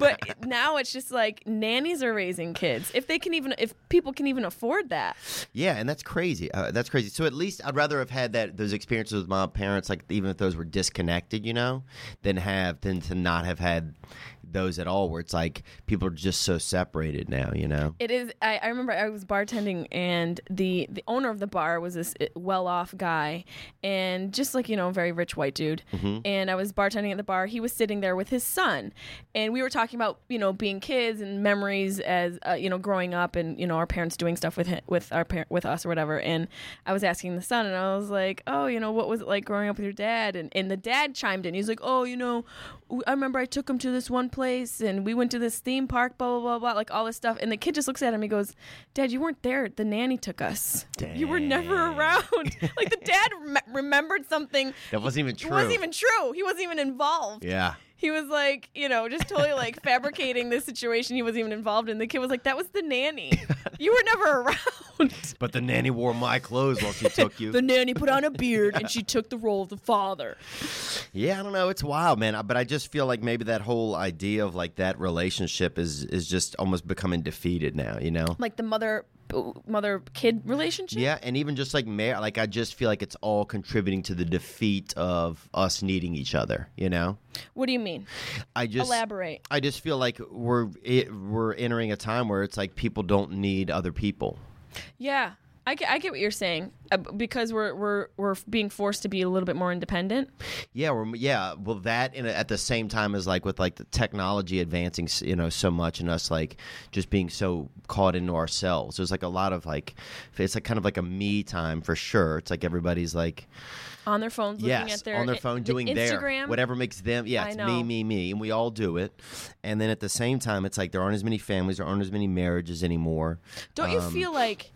C: But now it's just like nannies are raising kids. If they can even, if people can even afford that.
D: Yeah, and that's crazy. Uh, that's crazy. So at least I'd rather have had that those experiences with my parents, like even if those were disconnected, you know, than have than to not have had those at all, where it's like people are just so separated now, you know.
C: It is. I, I remember I was bartending, and the the owner of the bar was this well off guy, and just like you know, very rich white dude. And I was bartending at the bar. He was sitting there with his son, and we were talking about you know being kids and memories as uh, you know growing up, and you know our parents doing stuff with him, with our parent with us or whatever. And I was asking the son, and I was like, oh, you know, what was it like growing up with your dad? And and the dad chimed in. He's like, oh, you know, w- I remember I took him to this one place and we went to this theme park, blah, blah, blah, blah, like all this stuff. And the kid just looks at him. He goes, Dad, you weren't there. The nanny took us. You were never
D: Eh.
C: around. like the dad rem- remembered something.
D: That wasn't even
C: It
D: true.
C: wasn't even true. He wasn't even involved.
D: yeah.
C: He was like, you know, just totally like fabricating this situation he wasn't even involved in. The kid was like, that was the nanny. You were never around.
D: But the nanny wore my clothes while she took you.
C: The nanny put on a beard and she took the role of the father.
D: yeah, I don't know. It's wild, man. I- But I just feel like maybe that whole idea of like that relationship is is just almost becoming defeated now, you know.
C: Like the mother mother kid relationship.
D: Yeah, and even just like mayor, like I just feel like it's all contributing to the defeat of us needing each other. You know,
C: What do you mean?
D: I just
C: Elaborate.
D: I just feel like we're it, we're entering a time where it's like people don't need other people.
C: Yeah, I get, I get what you're saying uh, b- because we're we're we're being forced to be a little bit more independent.
D: Yeah, we're, yeah. Well, that and uh, at the same time as like with like the technology advancing, s- you know, so much, and us like just being so caught into ourselves. There's like a lot of like, it's like kind of like a me time for sure. It's like everybody's like
C: On their phones, looking
D: yes,
C: at their
D: on their
C: i-
D: phone,
C: the
D: doing
C: Instagram,
D: their whatever makes them. Yeah,
C: I
D: it's
C: know.
D: me, me, me, and we all do it. And then at the same time, it's like there aren't as many families, there aren't as many marriages anymore.
C: Don't
D: Um,
C: you feel like?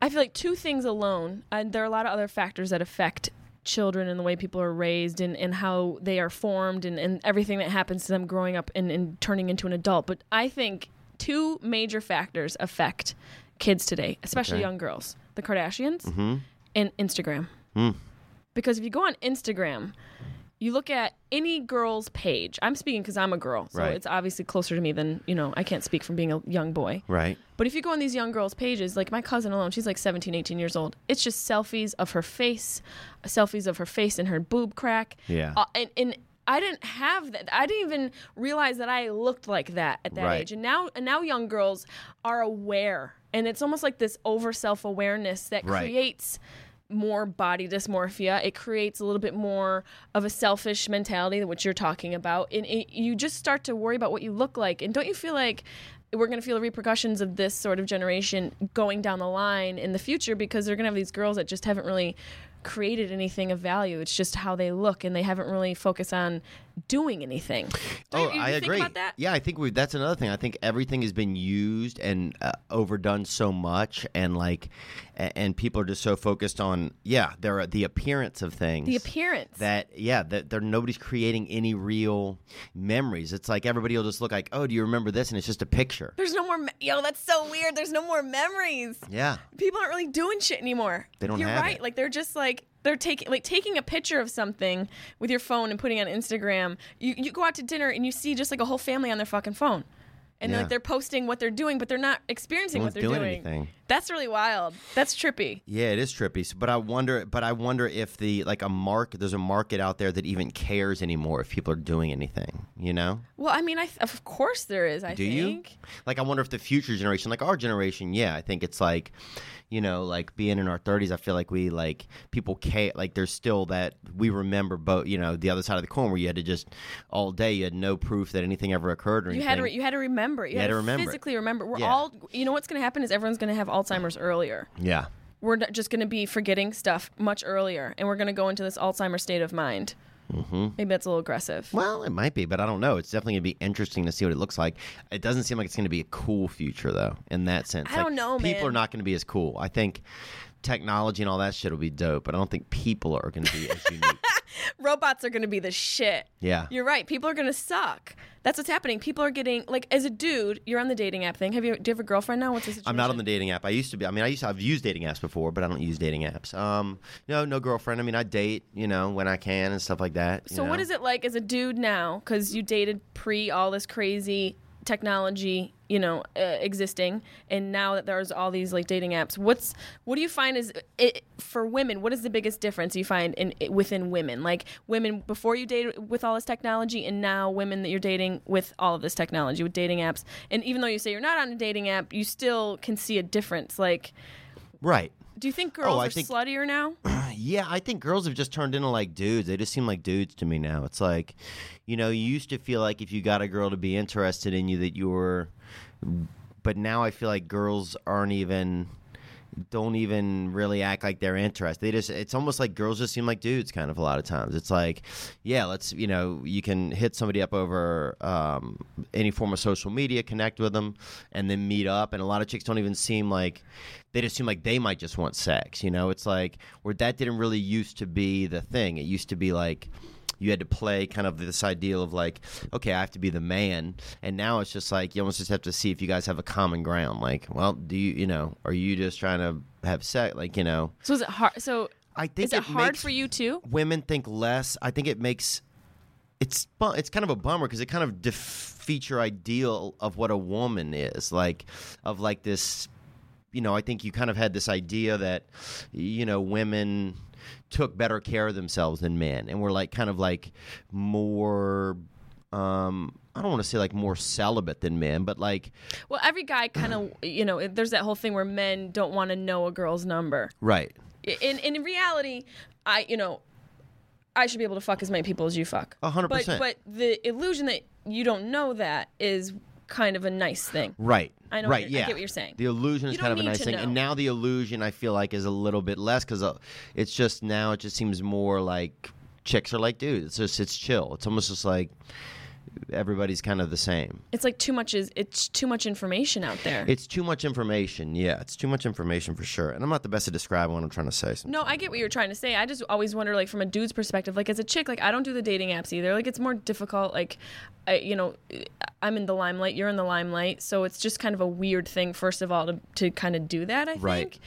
C: I feel like two things alone, and there are a lot of other factors that affect children and the way people are raised and, and how they are formed and, and everything that happens to them growing up and, and turning into an adult. But I think two major factors affect kids today, especially
D: Okay. Mm-hmm.
C: young girls the Kardashians and Instagram.
D: Hmm.
C: Because if you go on Instagram, you look at any girl's page. I'm speaking because I'm a girl, so
D: Right.
C: it's obviously closer to me than, you know, I can't speak from being a young boy.
D: Right.
C: But if you go on these young girls' pages, like my cousin alone, she's like 17, 18 years old. It's just selfies of her face, selfies of her face and her boob crack.
D: Yeah.
C: Uh, and, and I didn't have that. I didn't even realize that I looked like that at that
D: Right.
C: age. And now, and now young girls are aware, and it's almost like this over self awareness that
D: Right.
C: creates more body dysmorphia. It creates a little bit more of a selfish mentality, which you're talking about. And it, you just start to worry about what you look like. And don't you feel like we're going to feel the repercussions of this sort of generation going down the line in the future because they're going to have these girls that just haven't really created anything of value. It's just how they look and they haven't really focused on doing anything. Don't
D: Oh,
C: you- you
D: I
C: think
D: agree.
C: about that?
D: Yeah, I think we that's another thing. I think everything has been used and uh, overdone so much, and like, a- and people are just so focused on yeah, they're the appearance of things.
C: The appearance.
D: that yeah that there nobody's creating any real memories it's like everybody will just look like oh do you remember this and it's just a picture
C: There's no more. Me- Yo, that's so weird. There's no more memories.
D: yeah
C: People aren't really doing shit anymore.
D: They don't
C: You're
D: have
C: right.
D: it.
C: Like they're just like they're taking like taking a picture of something with your phone and putting it on Instagram. You you go out to dinner and you see just like a whole family on their fucking phone. And
D: Yeah.
C: like they're posting what they're doing, but they're not experiencing
D: No
C: what
D: one's
C: they're
D: doing
C: doing.
D: anything.
C: That's really wild. That's trippy.
D: yeah it is trippy so, but i wonder but i wonder if the like a mark there's a market out there that even cares anymore if people are doing anything you know
C: Well, I mean, I th- of course there is. I
D: do
C: think.
D: you like i wonder if the future generation like our generation yeah i think it's like you know like being in our 30s i feel like we like people care like there's still that we remember both you know the other side of the coin where you had to just all day you had no proof that anything ever occurred or
C: You
D: anything
C: had to re- you had to remember. it. You,
D: You had to remember it.
C: physically remember. We're
D: Yeah.
C: all. You know what's going to happen is everyone's going to have Alzheimer's earlier.
D: yeah
C: we're not- just going to be forgetting stuff much earlier and we're going to go into this Alzheimer's state of mind. Mm-hmm. Maybe that's a little aggressive.
D: Well, it might be, but I don't know. It's definitely gonna be interesting to see what it looks like. It doesn't seem like it's gonna be a cool future though, in that sense.
C: I
D: Like,
C: don't know,
D: People
C: man.
D: are not gonna be as cool. I think technology and all that shit will be dope, but I don't think people are gonna be as unique.
C: Robots are going to be the shit.
D: Yeah.
C: You're right. People are going to suck. That's what's happening. People are getting, like, as a dude, you're on the dating app thing. Have you, do you have a girlfriend now? What's the situation?
D: I'm not on the dating app. I used to be. I mean, I used to. I've used dating apps before, but I don't use dating apps. Um, no, no girlfriend. I mean, I date, you know, when I can and stuff like that.
C: So, what is it like as a dude now? Because you dated pre all this crazy technology, you know, uh, existing, and now that there's all these like dating apps, what's what do you find is it, for women? What is the biggest difference you find in within women? Like women before you dated with all this technology, and now women that you're dating with all of this technology with dating apps. And even though you say you're not on a dating app, you still can see a difference. Like,
D: Right.
C: do you think girls
D: Oh, I
C: are
D: think-
C: sluttier now?
D: Yeah, I think girls have just turned into like dudes. They just seem like dudes to me now. It's like, you know, you used to feel like if you got a girl to be interested in you that you were, but now I feel like girls aren't even, don't even really act like they're interested. They just, it's almost like girls just seem like dudes kind of a lot of times. It's like, yeah, let's, you know, you can hit somebody up over um, any form of social media, connect with them, and then meet up. And a lot of chicks don't even seem like, they just seem like they might just want sex. You know, it's like where that didn't really used to be the thing. It used to be like you had to play kind of this ideal of like, okay, I have to be the man, and now it's just like you almost just have to see if you guys have a common ground. Like, well, do you, you know, are you just trying to have sex? Like, you know,
C: So is it hard? So
D: I think
C: is it,
D: it
C: hard
D: makes-
C: for you too?
D: women think less. I think it makes it's bu- it's kind of a bummer because it kind of defeats your ideal of what a woman is like, of like this. You know, I think you kind of had this idea that you know women took better care of themselves than men, and were like kind of like more. Um, I don't want to say like more celibate than men, but like
C: Well, every guy kind of, you know, it- there's that whole thing where men don't want to know a girl's number.
D: right.
C: I- In in reality, I, you know, I should be able to fuck as many people as you fuck.
D: A hundred
C: But-
D: percent.
C: But the illusion that you don't know that is kind of a nice thing.
D: Right.
C: I know what
D: Right.
C: you're- I
D: yeah.
C: get what you're saying.
D: The illusion
C: You
D: is
C: don't
D: kind of a
C: need
D: nice
C: to
D: thing, and
C: know.
D: now the illusion I feel like is a little bit less because uh, it's just now it just seems more like chicks are like dudes. It's just it's chill. It's almost just like everybody's kind of the same.
C: It's like too much is it's too much information out there.
D: It's too much information. Yeah, it's too much information for sure. And I'm not the best at describing what I'm trying to say. sometimes.
C: no, I get what you're trying to say. I just always wonder, like, from a dude's perspective, like, as a chick, like, I don't do the dating apps either. Like, it's more difficult. Like, I, you know, I'm in the limelight, you're in the limelight. So it's just kind of a weird thing, first of all, to, to kind of do that, I
D: Right.
C: think.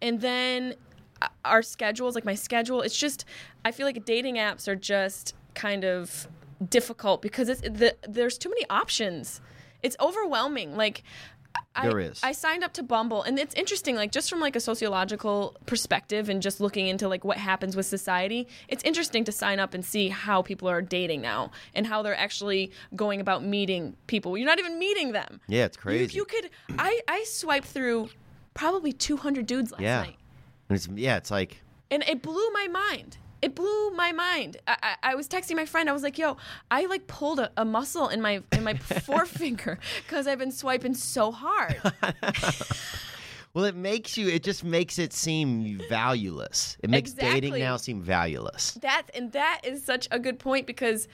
C: And then uh, our schedules, like, my schedule, it's just, I feel like dating apps are just kind of difficult because it's the, there's too many options. It's overwhelming. Like, I-
D: There is.
C: I signed up to Bumble, and it's interesting. Like just from like a sociological perspective, and just looking into like what happens with society, it's interesting to sign up and see how people are dating now and how they're actually going about meeting people. You're not even meeting them.
D: Yeah, it's
C: You-
D: crazy.
C: You, could. I I swiped through probably 200 dudes last
D: yeah.
C: night.
D: And it's yeah, it's like
C: and it blew my mind. It blew my mind. I, I, I was texting my friend. I was like, "Yo, I like pulled a, a muscle in my in my forefinger because I've been swiping so hard."
D: Well, it makes you. It just makes it seem valueless. It makes dating
C: Exactly.
D: now seem valueless.
C: That and that is such a good point because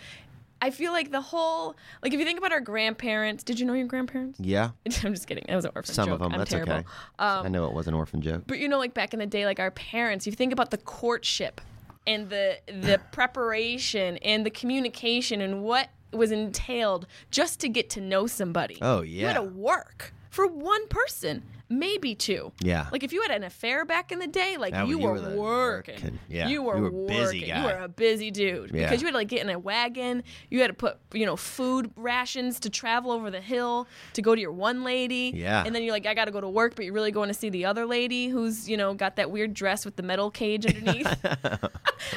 C: I feel like the whole like if you think about our grandparents, did you know your grandparents?
D: Yeah,
C: I'm just kidding. That was an orphan
D: some
C: joke.
D: of them.
C: I'm
D: that's
C: terrible. Um,
D: okay. I know it was an orphan joke.
C: But you know, like back in the day, like our parents, you think about the courtship and the the preparation and the communication and what was entailed just to get to know somebody.
D: Oh,
C: You had to
D: yeah.
C: work for one person, maybe two.
D: Yeah.
C: Like if you had an affair back in the day, like
D: That-
C: you,
D: you
C: were,
D: were the
C: working.
D: working. Yeah.
C: You were,
D: You were a
C: working.
D: busy
C: You
D: guy.
C: were a busy dude.
D: Yeah.
C: Because you had to like get in a wagon, you had to put, you know, food rations to travel over the hill to go to your one lady.
D: Yeah.
C: And then you're like, I got to go to work, but you're really going to see the other lady who's, you know, got that weird dress with the metal cage underneath. I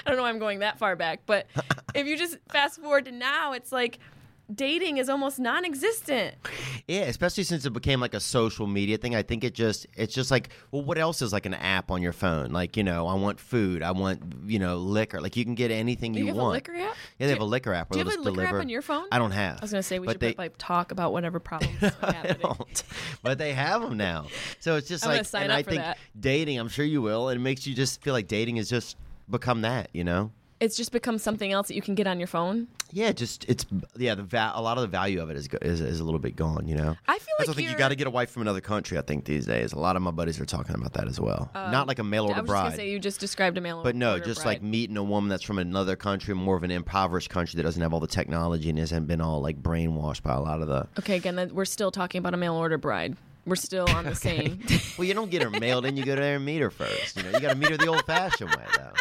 C: don't know why I'm going that far back, but if you just fast forward to now, it's like dating is almost non existent.
D: Yeah, especially since it became like a social media thing. I think it just it's just like, well, what else is like an app on your phone? Like, you know, I want food, I want you know liquor. Like, you can get anything
C: Do you have
D: want.
C: a liquor app?
D: Yeah, they
C: Do-
D: have a liquor app.
C: Do you
D: where
C: have a
D: they'll just
C: liquor app
D: deliver-
C: on your phone?
D: I don't have.
C: I was gonna say we
D: but
C: should
D: they,
C: like talk about whatever problems are
D: I
C: happening.
D: don't. but they have them now. So it's just
C: I'm gonna
D: like,
C: sign
D: and
C: up
D: I
C: for
D: think
C: that.
D: dating, I'm sure you will, and it makes you just feel like dating has just become that, you know?
C: It's just become something else that you can get on your phone.
D: Yeah, just it's yeah. The va- a lot of the value of it is go- is, is a little bit gone, you know.
C: I feel like
D: That's why I think you
C: you're-
D: got to get a wife from another country. I think these days, a lot of my buddies are talking about that as well. Not like a mail
C: Oh. I
D: order
C: was just
D: bride,
C: gonna say you just described a mail
D: but no,
C: order
D: just
C: bride.
D: like meeting a woman that's from another country, more of an impoverished country that doesn't have all the technology and hasn't been all like brainwashed by a lot of the.
C: Okay, again, that, we're still talking about a mail order bride. We're still on the same.
D: Well, you don't get her mailed in. You go there and meet her first. You know, you got to meet her the old fashioned way though.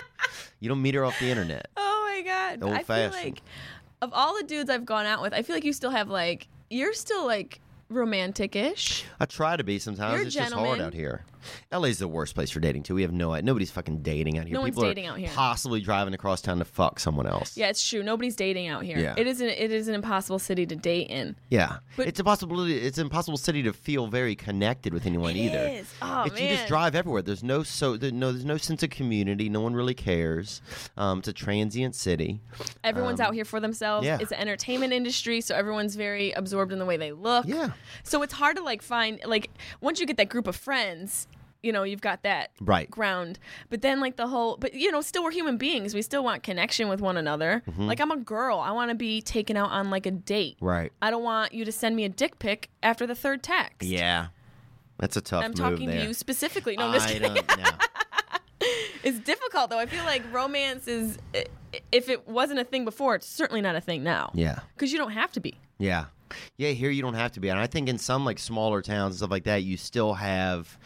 D: You don't meet her off the internet.
C: oh my god!
D: Old
C: I feel
D: fashioned.
C: like of all the dudes I've gone out with, I feel like you still have like you're still like romantic-ish.
D: I try to be sometimes.
C: You're a
D: it's just hard
C: gentleman.
D: out here. LA's the worst place for dating too. We have no nobody's fucking dating out here.
C: No one's
D: People are
C: dating out here.
D: Possibly driving across town to fuck someone else.
C: Yeah, it's true. Nobody's dating out here.
D: Yeah.
C: It is an it is an impossible city to date in.
D: Yeah.
C: But-
D: it's a possibility it's an impossible city to feel very connected with anyone either.
C: is. Oh,
D: It's- You
C: man.
D: just drive everywhere. There's no so there, no there's no sense of community. No one really cares. Um, it's a transient city.
C: Everyone's out here for themselves.
D: Um, yeah.
C: It's an entertainment industry, so everyone's very absorbed in the way they look.
D: Yeah.
C: So it's hard to like find like once you get that group of friends, you know, you've got that
D: Right.
C: ground. But then like the whole but you know, still we're human beings. We still want connection with one another.
D: Mm-hmm.
C: Like I'm a girl. I want to be taken out on like a date.
D: Right.
C: I don't want you to send me a dick pic after the third text.
D: Yeah. That's a tough
C: I'm
D: move
C: talking
D: there.
C: to you specifically. No, I'm just
D: I
C: kidding.
D: don't know.
C: It's difficult though. I feel like romance is i- if it wasn't a thing before, it's certainly not a thing now.
D: Yeah.
C: Cuz you don't have to be.
D: Yeah. Yeah, here you don't have to be. And I think in some like smaller towns and stuff like that, you still have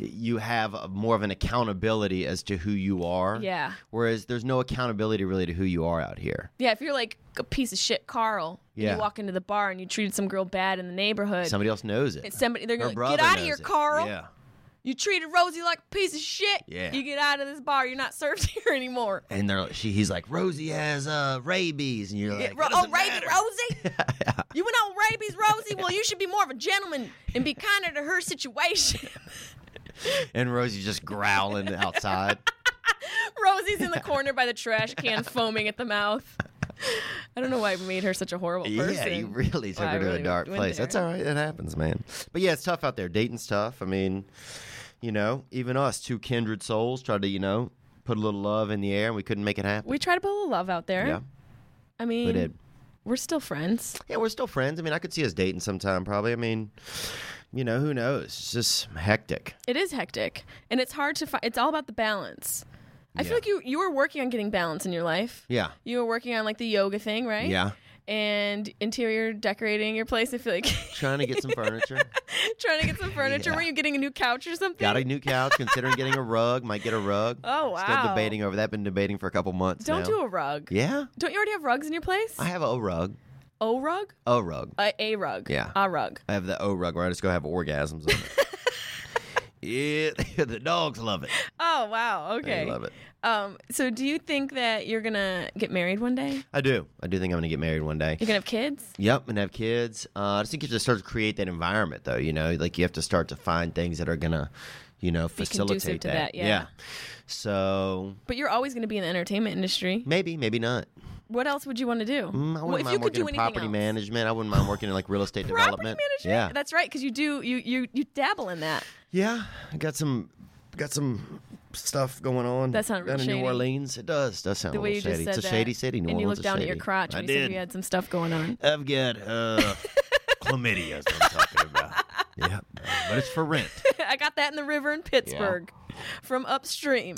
D: you have a- more of an accountability as to who you are.
C: Yeah.
D: Whereas there's no accountability really to who you are out here.
C: Yeah, if you're like a piece of shit Carl, and
D: Yeah.
C: you walk into the bar and you treated some girl bad in the neighborhood.
D: Somebody else knows it.
C: It's somebody they're
D: Her
C: gonna
D: brother
C: get out of
D: knows
C: here,
D: it.
C: Carl.
D: Yeah.
C: You treated Rosie like a piece of shit.
D: Yeah.
C: You get out of this bar. You're not served here anymore.
D: And they're she he's like, Rosie has uh rabies and you're like
C: Ro-
D: "It
C: oh,
D: doesn't
C: rabies,
D: matter."
C: Rosie. You went on rabies, Rosie. Well, you should be more of a gentleman and be kinder to her situation.
D: And Rosie's just growling outside.
C: Rosie's in the corner by the trash can, foaming at the mouth. I don't know why I made her such a horrible person.
D: Yeah, you really took
C: Well, I
D: her to
C: really
D: a dark
C: went
D: place.
C: there.
D: That's all right. It happens, man. But yeah, it's tough out there. Dating's tough. I mean, you know, even us, two kindred souls, tried to, you know, put a little love in the air and we couldn't make it happen.
C: We try to put a little love out there.
D: Yeah.
C: I mean,
D: We did.
C: we're still friends.
D: Yeah, we're still friends. I mean, I could see us dating sometime, probably. I mean, you know, who knows? It's just hectic.
C: It is hectic, and it's hard to find. It's all about the balance. I feel
D: Yeah.
C: like you you were working on getting balance in your life.
D: Yeah.
C: You were working on like the yoga thing, right?
D: Yeah.
C: And interior decorating your place. I feel like
D: Trying to get some furniture.
C: trying to get some furniture.
D: Yeah.
C: Were you getting a new couch or something?
D: Got a new couch, considering getting a rug. Might get a rug.
C: Oh, wow.
D: Still debating over that. Been debating for a couple months.
C: Don't
D: now.
C: do a rug.
D: Yeah.
C: Don't you already have rugs in your place?
D: I have a rug.
C: O rug?
D: A rug.
C: A, a rug.
D: Yeah.
C: A rug.
D: I have the O rug where I just go have orgasms. On it. yeah, the dogs love it.
C: Oh wow. Okay.
D: They love it.
C: Um. So do you think that you're gonna get married one day?
D: I do. I do think I'm gonna get married one day.
C: You're gonna have kids?
D: Yep, and have kids. Uh, I just think you have to start to create that environment, though. You know, like you have to start to find things that are gonna, you know,
C: conducive
D: facilitate
C: to that, yeah.
D: So
C: But you're always going to be in the entertainment industry.
D: maybe, maybe not.
C: What else would you want to do?
D: Mm, I wouldn't
C: Well, if
D: mind
C: you could
D: working
C: do
D: in
C: anything
D: property
C: else.
D: management. I wouldn't mind working in like real estate
C: Property
D: development.
C: management.
D: Yeah,
C: That's right, because you do you you you dabble in that.
D: yeah. I got some, got some stuff going on.
C: That sounded
D: down in
C: real
D: New
C: shady.
D: Orleans. It does. Does sound
C: The
D: a
C: way
D: little
C: you just
D: shady.
C: said
D: Oh, it's a
C: that.
D: shady city. New
C: and you looked
D: Orleans is
C: down at
D: shady.
C: your crotch
D: I
C: when you said
D: did.
C: you had some stuff going on.
D: I've got uh, chlamydia. Is what I'm talking about. Yeah, but it's for rent.
C: I got that in the river in Pittsburgh, from upstream.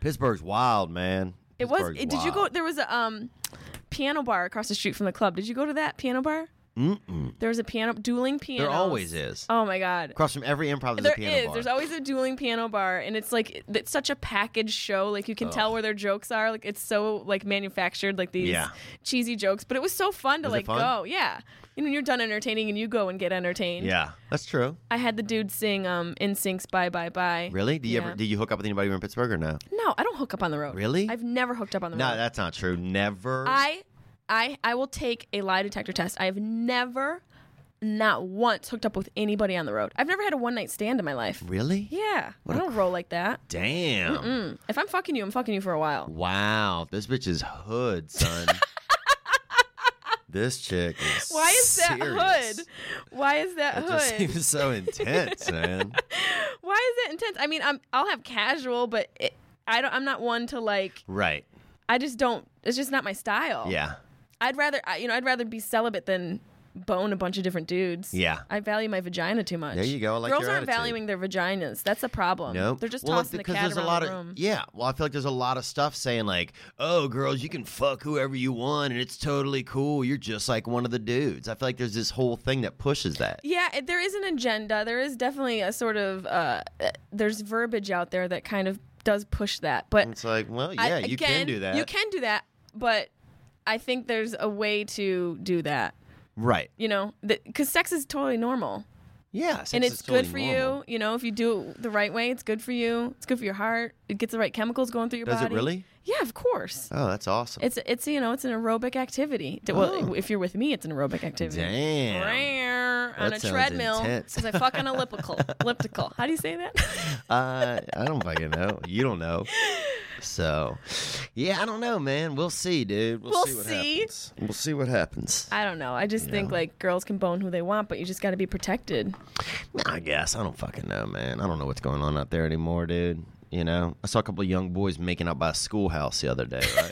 D: Pittsburgh's wild, man.
C: It was.
D: Pittsburgh's
C: it- did you go?
D: wild.
C: There was a um, piano bar across the street from the club. Did you go to that piano bar? Mm-mm. There was a piano dueling piano.
D: There always is.
C: Oh my god.
D: Across from every improv,
C: There
D: there's a
C: is.
D: piano bar.
C: There's always a dueling piano bar, and it's like it's such a packaged show. Like you can tell where their jokes are. Like it's so like manufactured, like these
D: Yeah.
C: cheesy jokes. But it was so fun to
D: Was it
C: like
D: fun?
C: go. Yeah. You know, you're done entertaining, and you go and get entertained.
D: yeah, that's true.
C: I had the dude sing um NSYNC's Bye Bye Bye.
D: Really? Do you
C: Yeah.
D: ever? Did you hook up with anybody who were in Pittsburgh or no?
C: No, I don't hook up on the road.
D: Really?
C: I've never hooked up on the road.
D: No, that's not true. Never.
C: I I I will take a lie detector test. I have never not once hooked up with anybody on the road. I've never had a one night stand in my life.
D: really?
C: Yeah. I don't roll like that.
D: Damn.
C: If I'm fucking you, I'm fucking you for a while.
D: Wow, this bitch is hood, son. this chick is.
C: Why is that
D: serious.
C: hood? Why is that
D: It just
C: hood?
D: seems so intense, man.
C: Why is that intense? I mean, I'm I'll have casual, but it, I don't I'm not one to like
D: Right.
C: I just don't it's just not my style.
D: Yeah.
C: I'd rather I- you know, I'd rather be celibate than bone a bunch of different dudes.
D: Yeah.
C: I value my vagina too much.
D: There you go. I like
C: Girls
D: your
C: aren't
D: attitude.
C: valuing their vaginas. That's the problem.
D: No,
C: um, They're just
D: well, look,
C: tossing the
D: because
C: cat
D: there's
C: around
D: a lot
C: the
D: of
C: room.
D: yeah. Well, I feel like there's a lot of stuff saying like, "Oh, girls, you can fuck whoever you want, and it's totally cool. You're just like one of the dudes." I feel like there's this whole thing that pushes that.
C: Yeah, it- there is an agenda. There is definitely a sort of uh, uh, there's verbiage out there that kind of does push that. But
D: It's like, well, yeah,
C: I-
D: you
C: again,
D: can do that.
C: You can do that, but I think there's a way to do that.
D: right?
C: You know, because sex is totally normal.
D: Yeah, sex
C: and
D: is
C: it's good
D: totally
C: for
D: normal.
C: you. You know, if you do it the right way, it's good for you. It's good for your heart. It gets the right chemicals going through your
D: Does it
C: body.
D: really?
C: Yeah, of course.
D: Oh, that's awesome.
C: It's it's you know it's an aerobic activity. D- Well,
D: Oh.
C: if you're with me, it's an aerobic activity.
D: Damn.
C: Rawr, on
D: That
C: a
D: sounds
C: treadmill
D: intense.
C: because I fuck on elliptical. elliptical. How do you say that?
D: Uh, I don't fucking know. You don't know. So, yeah, I don't know, man. We'll see, dude. We'll,
C: We'll
D: see what
C: see.
D: happens. We'll see what happens.
C: I don't know. I just think like girls can bone who they want, but you just got to be protected.
D: I guess I don't fucking know, man. I don't know what's going on out there anymore, dude. You know, I saw a couple of young boys making out by a schoolhouse the other day. Right?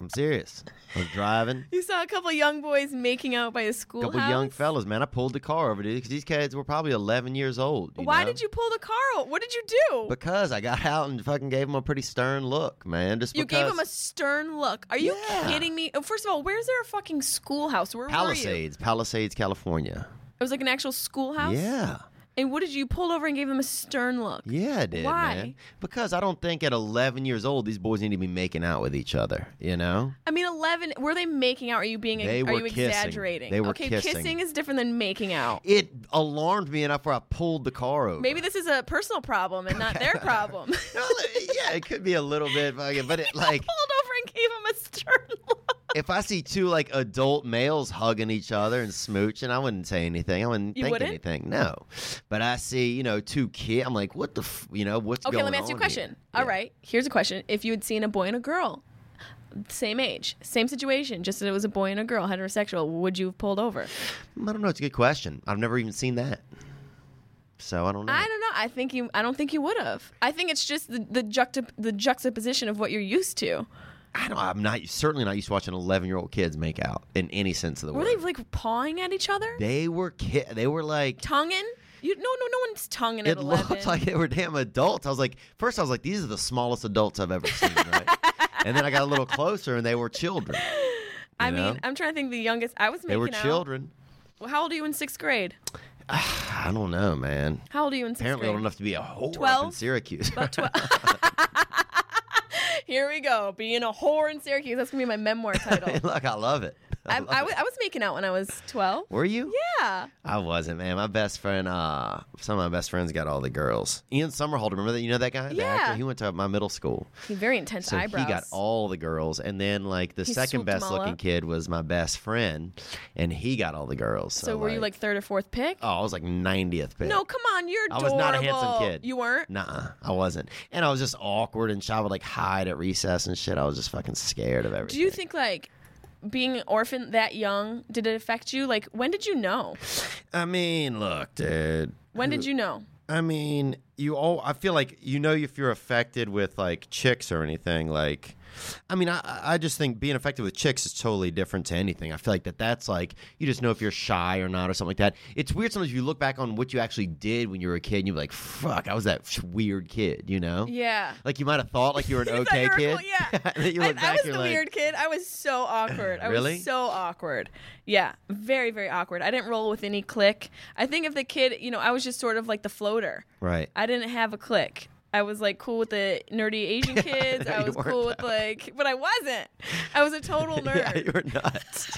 D: I'm serious. I was driving.
C: You saw a couple young boys making out by a
D: A
C: schoolhouse.
D: couple of young fellas, man. I pulled the car over, dude, because these kids were probably 11 years old.
C: Why
D: know?
C: did you pull the car? out? What did you do?
D: Because I got out and fucking gave them a pretty stern look, man. Just
C: You
D: because
C: gave him a stern look. Are you
D: Yeah.
C: kidding me? Oh, First of all, where's there a fucking schoolhouse? Where were you?
D: Palisades, Palisades, California.
C: It was like an actual schoolhouse.
D: Yeah.
C: And what did you, you pulled over and gave them a stern look?
D: Yeah, I did,
C: Why?
D: man. Because I don't think at 11 years old these boys need to be making out with each other, you know?
C: I mean, eleven. Were they making out? Are you being?
D: They
C: are
D: were
C: you
D: kissing.
C: exaggerating?
D: They were
C: okay,
D: kissing.
C: is different than making out.
D: It alarmed me enough where I pulled the car over.
C: Maybe this is a personal problem and not their problem.
D: Well, yeah, it could be a little bit fucking, but it like
C: pulled over and gave him a stern look.
D: if I see two like adult males hugging each other and smooching, I wouldn't say anything. I wouldn't
C: You
D: think
C: wouldn't?
D: anything. No, but I see you know two kids. I'm like, what the f-? you know what's
C: Okay,
D: going
C: let me ask you a
D: on
C: question.
D: here?
C: All right, here's a question: If you had seen a boy and a girl, same age, same situation, just that it was a boy and a girl, heterosexual, would you have pulled over?
D: I don't know. It's a good question. I've never even seen that, so I don't know.
C: I don't know. I think you. I don't think you would have. I think it's just the the, juxta, the juxtaposition of what you're used to.
D: I don't. I'm not certainly not used to watching 11 year old kids make out in any sense of the
C: Were
D: word.
C: they like pawing at each other,
D: They were ki- They were like
C: tonguing? You no no no one's tonguing at
D: It
C: eleven.
D: looked like they were damn adults. I was like, first I was like, these are the smallest adults I've ever seen, right? and then I got a little closer, and they were children.
C: I
D: you know?
C: mean, I'm trying to think. The youngest I was making
D: They were
C: out-
D: children.
C: Well, How old are you in sixth grade?
D: I don't know, man.
C: How old are you in sixth
D: Apparently
C: grade?
D: old enough to be a whore up in
C: 12?
D: Syracuse.
C: Here we go. Being a whore in Syracuse. That's gonna be my memoir title.
D: Look, I love it.
C: I, I, wa- I was making out when I was 12.
D: Were you?
C: Yeah.
D: I wasn't, man. My best friend, uh, some of my best friends got all the girls. Ian Somerhalder, remember that? You know that guy? The actor?
C: Yeah.
D: He went to my middle school.
C: He very intense
D: So
C: eyebrows.
D: he got all the girls. And then, like, the
C: He
D: second
C: swooped 'em
D: best
C: all
D: looking
C: up.
D: kid was my best friend, and he got all the girls. So,
C: so were you like third or fourth pick?
D: oh, I was like 90th pick.
C: No, come on, you're
D: I
C: adorable.
D: was not a handsome kid.
C: You weren't.
D: Nah, I wasn't. And I was just awkward and shy. I would like hide at recess and shit. I was just fucking scared of everything.
C: Do you think like being an orphan that young did it affect you? Like when did you know?
D: I mean, look, dude.
C: When did you know?
D: I mean, you all. I feel like you know if you're affected with like chicks or anything. Like, I mean, I I just think being affected with chicks is totally different to anything. I feel like that that's like you just know if you're shy or not or something like that. It's weird sometimes you look back on what you actually did when you were a kid and you're like, fuck, I was that weird kid, you know?
C: Yeah.
D: Like you might have thought like you were an
C: Is that
D: okay
C: your
D: kid.
C: cool- Yeah.
D: And then you
C: I,
D: look
C: I
D: back,
C: was
D: you're
C: the
D: like,
C: weird kid. I was so awkward. I
D: Really?
C: was so awkward. Yeah, very very awkward. I didn't roll with any clique. I think if the kid, you know, I was just sort of like the floater.
D: Right.
C: I didn't have a clique. I was like cool with the nerdy Asian kids. I
D: you
C: was
D: weren't,
C: cool with like, but I wasn't. I was a total nerd.
D: yeah, you were nuts.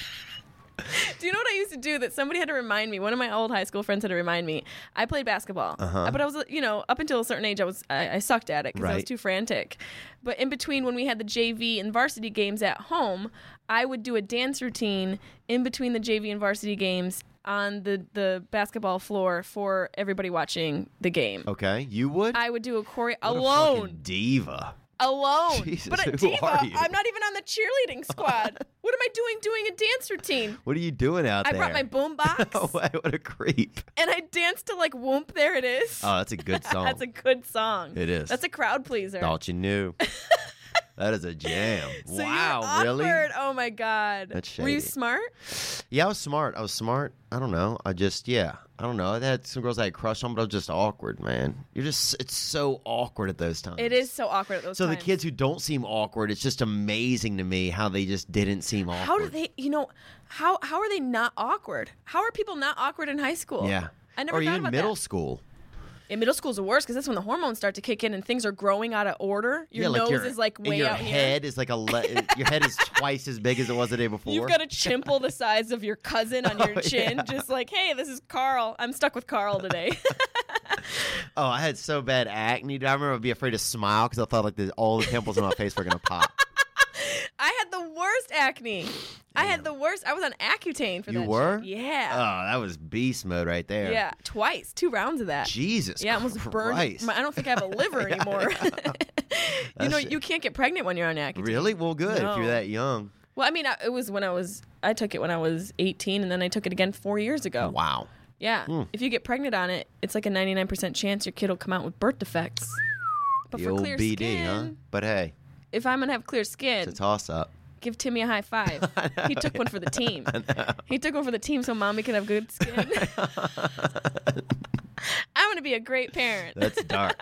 C: Do you know what I used to do that somebody had to remind me? One of my old high school friends had to remind me. I played basketball, uh but I was, you know, up until a certain age, I was I, I sucked at it because I was
D: Uh-huh. Right.
C: too frantic. But in between, when we had the JV and varsity games at home, I would do a dance routine in between the JV and varsity games on the the basketball floor for everybody watching the game.
D: okay, you would.
C: I would do a choreo
D: Oh. What a
C: alone
D: fucking diva.
C: alone.
D: Jesus,
C: but a
D: who
C: diva,
D: are you?
C: I'm not even on the cheerleading squad. what am I doing doing a dance routine?
D: What are you doing out
C: I
D: there?
C: brought my boom
D: Oh,
C: box
D: what a creep.
C: and I danced to like Whoomp There It Is.
D: Oh, that's a good song.
C: That's a good song.
D: It is.
C: That's a crowd pleaser.
D: Thought you knew. that is a jam.
C: So you were
D: wow, really?
C: awkward. Oh my god.
D: That's
C: Were you
D: shady.
C: smart?
D: Yeah, I was smart. I was smart. I don't know. I just yeah. I don't know. I had some girls I had crushed on, but I was just awkward, man. You're just it's so awkward at those times.
C: It is so awkward at those
D: So the
C: times.
D: kids who don't seem awkward, it's just amazing to me how they just didn't seem awkward.
C: How do they you know how how are they not awkward? How are people not awkward in high school?
D: Yeah.
C: I never
D: or
C: thought
D: even
C: about
D: middle
C: that.
D: school.
C: In middle school's the worst because that's when the hormones start to kick in and things are growing out of order. Your
D: yeah, like
C: nose
D: your,
C: is like
D: and
C: way
D: your
C: out here.
D: head is like a le- your head is twice as big as it was the day before.
C: You've got a chimple the size of your cousin on your
D: Oh,
C: chin,
D: yeah.
C: just like, hey, this is Carl. I'm stuck with Carl today.
D: Oh, I had so bad acne. dude. I remember I'd be afraid to smile because I thought like the, all the pimples on my face were gonna pop.
C: I had the worst acne. I had the worst. I was on Accutane for
D: You
C: that. shit.
D: were?
C: Yeah.
D: Oh, that was beast mode right there.
C: yeah. Twice. Two rounds of that.
D: Jesus.
C: yeah, I almost burned.
D: Christ.
C: My, I don't think I have a liver anymore. you know,
D: shit.
C: you can't get pregnant when you're on Accutane.
D: Really? Well, good if
C: No.
D: you're that young.
C: Well, I mean, I, it was when I was. I took it when I was 18, and then I took it again four years ago.
D: Wow. Hmm.
C: Yeah. If you get pregnant on it, it's like a 99% chance your kid will come out with birth defects. But
D: The
C: for
D: old
C: clear
D: BD,
C: skin,
D: huh? But hey,
C: if I'm gonna have clear skin,
D: it's a toss up.
C: give Timmy a high five. he took one for the team. He took one for the team so mommy can have good skin. I'm gonna be a great parent.
D: That's dark.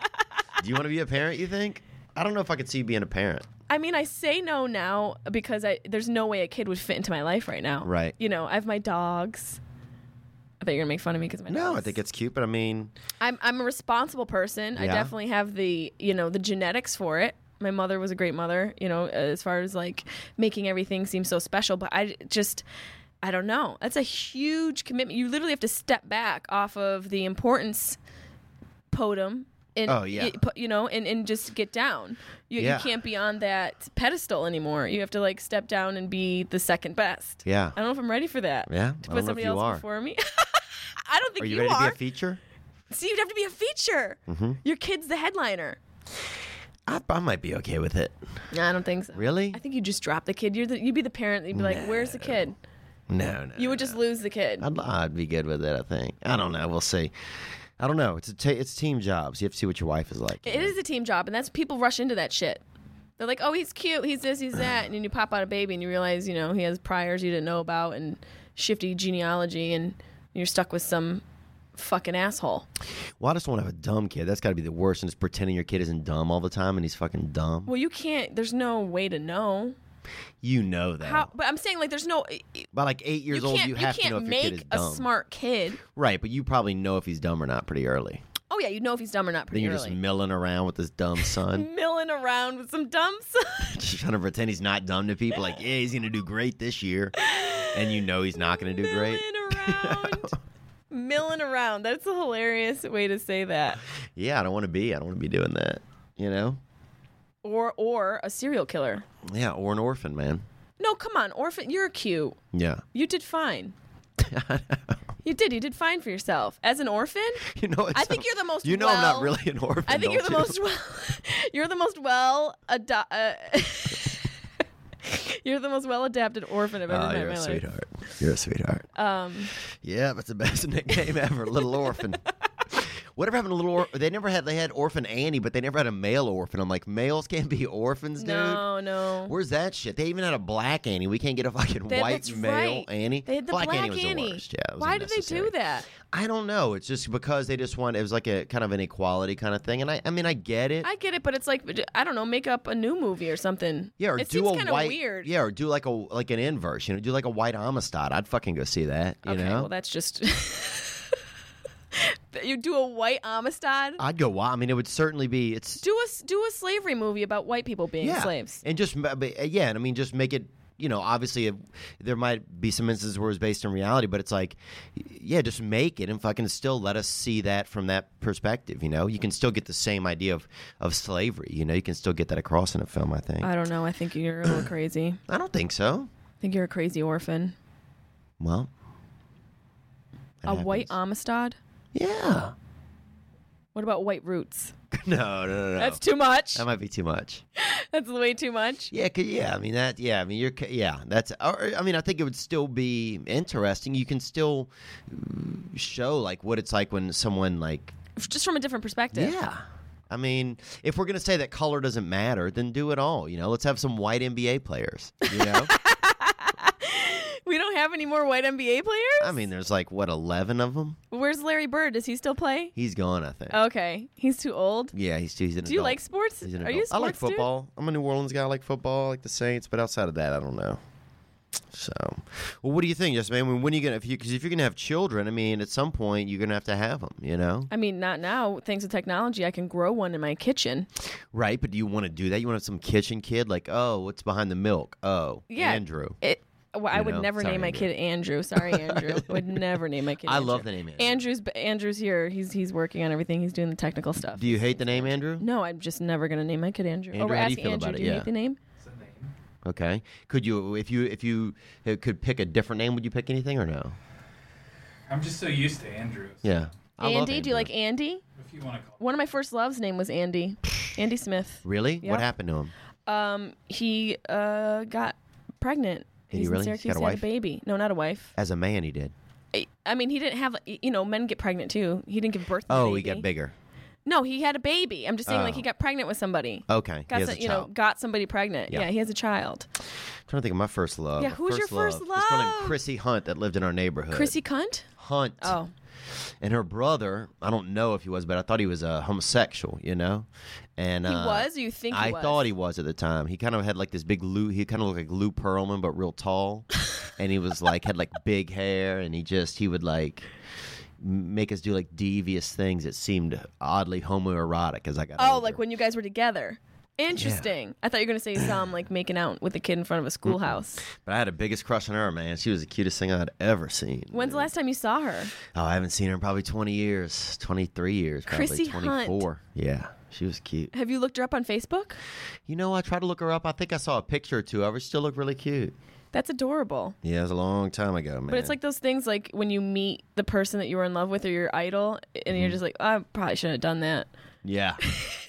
D: Do you want to be a parent? You think? I don't know if I could see you being a parent.
C: I mean, I say no now because I there's no way a kid would fit into my life right now.
D: Right.
C: You know, I have my dogs. I thought you were gonna make fun of me because my
D: No,
C: dogs.
D: I think it's cute, but I mean,
C: I'm I'm a responsible person. I
D: Yeah.
C: definitely have the you know the genetics for it. My mother was a great mother, you know, as far as like making everything seem so special. But I just I don't know. That's a huge commitment. You literally have to step back off of the importance podum. And,
D: Oh, yeah.
C: it- you know, and, and just get down. You,
D: Yeah.
C: you can't be on that pedestal anymore. You have to like step down and be the second best.
D: Yeah.
C: I don't know if I'm ready for that.
D: Yeah,
C: To
D: I
C: put
D: don't know if
C: somebody
D: you
C: else
D: are.
C: before me. I don't think
D: are you,
C: you
D: ready
C: are.
D: to be a feature?
C: See, you'd have to be a feature.
D: Mm-hmm.
C: Your kid's the headliner.
D: I, I might be okay with it.
C: No, I don't think so.
D: Really?
C: I think you just drop the kid. You're the, you'd be the parent. You'd be like, "Where's the kid?"
D: No, no.
C: You would just lose the kid.
D: I'd, I'd be good with it. I think. I don't know. We'll see. I don't know. It's a t- it's team jobs. You have to see what your wife is like.
C: It is a team job, and that's people rush into that shit. They're like, "Oh, he's cute. He's this. He's that," and then you pop out a baby, and you realize, you know, he has priors you didn't know about and shifty genealogy, and you're stuck with some fucking asshole.
D: Well, I just don't want to have a dumb kid. That's got to be the worst. And just pretending your kid isn't dumb all the time and he's fucking dumb.
C: Well, you can't. There's no way to know.
D: You know that.
C: How, but I'm saying, like, there's no.
D: By like eight years
C: You
D: old,
C: can't.
D: you
C: You,
D: have to know
C: can't
D: if your kid
C: make
D: is
C: a
D: dumb.
C: smart kid.
D: right, but you probably know if he's dumb or not pretty early.
C: Oh yeah, you know if he's dumb or not
D: Then
C: pretty
D: you're
C: early.
D: just milling around with this dumb son,
C: milling around with some dumb son.
D: just trying to pretend he's not dumb to people. Like, yeah, he's gonna do great this year. and you know he's not going to do great.
C: Milling around. Milling around. That's a hilarious way to say that.
D: Yeah, I don't want to be. I don't want to be doing that. You know?
C: Or or a serial killer.
D: Yeah, or an orphan, man.
C: No, come on, orphan. You're cute.
D: Yeah.
C: You did fine. you did. You did fine for yourself as an orphan.
D: You know, it's
C: I think
D: a-
C: you're the most
D: You know, I'm not
C: well-
D: really an orphan.
C: I think you're the
D: don't
C: most
D: you?
C: well. you're the most well. Ado- uh, you're the most well adapted orphan I've ever
D: Ah,
C: met in
D: you're
C: my
D: a
C: life.
D: sweetheart. You're a sweetheart.
C: Um,
D: yeah, that's the best nickname ever. Little orphan. Whatever happened to little? Or- they never had. They had orphan Annie, but they never had a male orphan. I'm like, males can't be orphans, dude.
C: no, no.
D: Where's that shit? They even had a black Annie. We can't get a fucking
C: That-
D: white
C: that's
D: male
C: right.
D: Annie.
C: They had the black,
D: Annie was the worst. Yeah, it was
C: Why did they
D: unnecessary.
C: do that?
D: I don't know. It's just because they just want. It was like a kind of an equality kind of thing, and I. I mean, I get it.
C: I get it, but it's like I don't know, make up a new movie or something.
D: yeah, or
C: it
D: do
C: seems
D: a
C: kinda
D: white.
C: weird.
D: Yeah, or do like a like an inverse. You know, do like a white Amistad. I'd fucking go see that. You
C: okay,
D: know.
C: well that's just you do a white Amistad.
D: I'd go. Wow. I mean, it would certainly be. It's
C: do a s- do a slavery movie about white people being
D: yeah.
C: slaves.
D: and just ma- but, uh, yeah, and I mean, just make it. You know, obviously, if, there might be some instances where it's based in reality, but it's like, y- yeah, just make it and fucking still let us see that from that perspective. You know, you can still get the same idea of of slavery. You know, you can still get that across in a film. I think.
C: I don't know. I think you're a little crazy.
D: I don't think so.
C: I think you're a crazy orphan.
D: Well, it
C: a white
D: happens.
C: Amistad.
D: Yeah.
C: What about white roots?
D: No, no, no, no.
C: That's too much.
D: that might be too much.
C: That's way too much.
D: Yeah, 'cause- yeah. I mean that. Yeah, I mean you're. ca- Yeah, that's. Or, I mean, I think it would still be interesting. You can still mm, show like what it's like when someone like.
C: Just from a different perspective.
D: Yeah. I mean, if we're gonna say that color doesn't matter, then do it all. You know, let's have some white NBA players. You know,
C: We don't have any more white NBA players.
D: I mean, there's like what eleven of them.
C: Where's Larry Bird? Does he still play?
D: He's gone, I think.
C: Okay, he's too old.
D: Yeah, he's he's an
C: Oh. Do you
D: adult.
C: like sports?
D: He's an
C: Are you a
D: adult.
C: sports
D: I like
C: dude?
D: football. I'm a New Orleans guy. I like football. I like the Saints, but outside of that, I don't know. So, well, what do you think, Jess? Man, I mean, when are you gonna? If you because if you're gonna have children, I mean, at some point you're gonna have to have them. You know,
C: I mean, not now. Thanks to technology, I can grow one in my kitchen.
D: right? But do you want to do that? You want to have some kitchen kid? Like, oh, what's behind the milk? Oh,
C: Yeah.
D: Andrew.
C: It. Well, I
D: You
C: would
D: know?
C: never
D: Sorry,
C: name my
D: Andrew.
C: kid Andrew. Sorry, Andrew. would never name my kid.
D: I
C: Andrew.
D: love the name Andrew.
C: Andrew's Andrew's here. He's he's working on everything. He's doing the technical stuff.
D: Do you hate the name Andrew?
C: no, I'm just never gonna name my kid Andrew. oh,
D: Andrew,
C: we're
D: how do you
C: asking
D: feel
C: Andrew.
D: about it?
C: Do you
D: Yeah.
C: hate the name?
D: Okay. Could you if you if you uh, could pick a different name? Would you pick anything or no?
F: I'm just so used to Andrew. so
D: Yeah. I love
C: Andy, do you like
D: Andrew.
C: Andy?
F: If you want to call.
C: One of my first loves' name was Andy. Andy Smith.
D: Really?
C: Yep.
D: What happened to him?
C: Um, he uh got pregnant.
D: Did he
C: He's in
D: really? He's
C: Syracuse.
D: got
C: he
D: a
C: had
D: wife?
C: a baby. No, not a wife.
D: As a man, he did.
C: I- I mean, he didn't have. You know, men get pregnant too. He didn't give birth. To the
D: Oh, he
C: baby.
D: got bigger.
C: No, he had a baby. I'm just saying, like
D: Oh.
C: he got pregnant with somebody.
D: Okay.
C: Got
D: he has
C: some-
D: a
C: you know,
D: child.
C: got somebody pregnant.
D: Yeah.
C: Yeah. he has a child.
D: trying to think of my first love.
C: Yeah,
D: My
C: who's your first
D: This girl named
C: love?
D: Chrissy Hunt that lived in our neighborhood.
C: Chrissy Cunt.
D: Hunt.
C: Oh,
D: And her brother, I don't know if he was, but I thought he was a homosexual, you know? And
C: he
D: uh,
C: was. Or you think
D: I
C: he was?
D: thought he was at the time. He kind of had like this big Lou. He kind of looked like Lou Pearlman, but real tall. and he was like had like big hair, and he just he would like m- make us do like devious things that seemed oddly homoerotic as I got.
C: Oh,
D: older.
C: like when you guys were together. Interesting. I thought you were gonna say you saw him like making out with a kid in front of a schoolhouse.
D: But I had the biggest crush on her, man. She was the cutest thing I'd ever seen.
C: When's the last time you saw her?
D: Oh, I haven't seen her in probably 20 years, 23 years, probably
C: Chrissy Hunt.
D: 24. Yeah, she was cute.
C: Have you looked her up on Facebook?
D: You know, I tried to look her up. I think I saw a picture or two of her. She still looked really cute.
C: That's adorable.
D: Yeah, it was a long time ago, man.
C: But it's like those things like when you meet the person that you were in love with or your idol, and
D: Mm-hmm.
C: you're just like, "Oh, I probably shouldn't have done that.
D: yeah,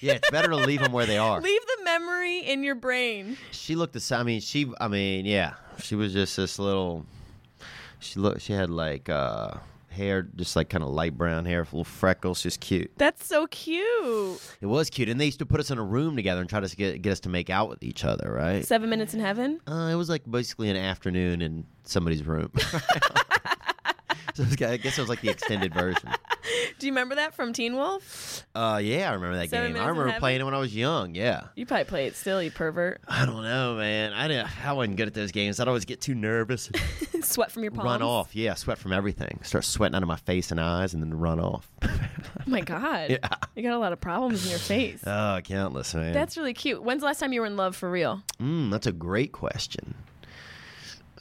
D: yeah, it's better to leave them where they are.
C: Leave the memory in your brain.
D: She looked the same. I mean, she. I mean, yeah, she was just this little. She looked. She had like uh hair, just like kind of light brown hair, little freckles. She's cute.
C: That's so cute.
D: It was cute, and they used to put us in a room together and try to get get us to make out with each other, right?
C: Seven minutes in heaven.
D: Uh, it was like basically an afternoon in somebody's room. so it was, I guess it was like the extended version.
C: Do you remember that from Teen Wolf?
D: Uh, yeah, I remember that
C: Seven
D: game.
C: Minutes
D: I
C: in
D: remember
C: Heaven?
D: playing it when I was young. Yeah,
C: You probably play it still, you pervert.
D: I don't know, man. I didn't. I wasn't good at those games. I'd always get too nervous, and
C: Sweat from your palms.
D: run off. Yeah, sweat from everything. Start sweating out of my face and eyes, and then run off.
C: Oh my god. You got a lot of problems in your face.
D: oh, countless, man.
C: That's really cute. When's the last time you were in love for real?
D: mm, that's a great question.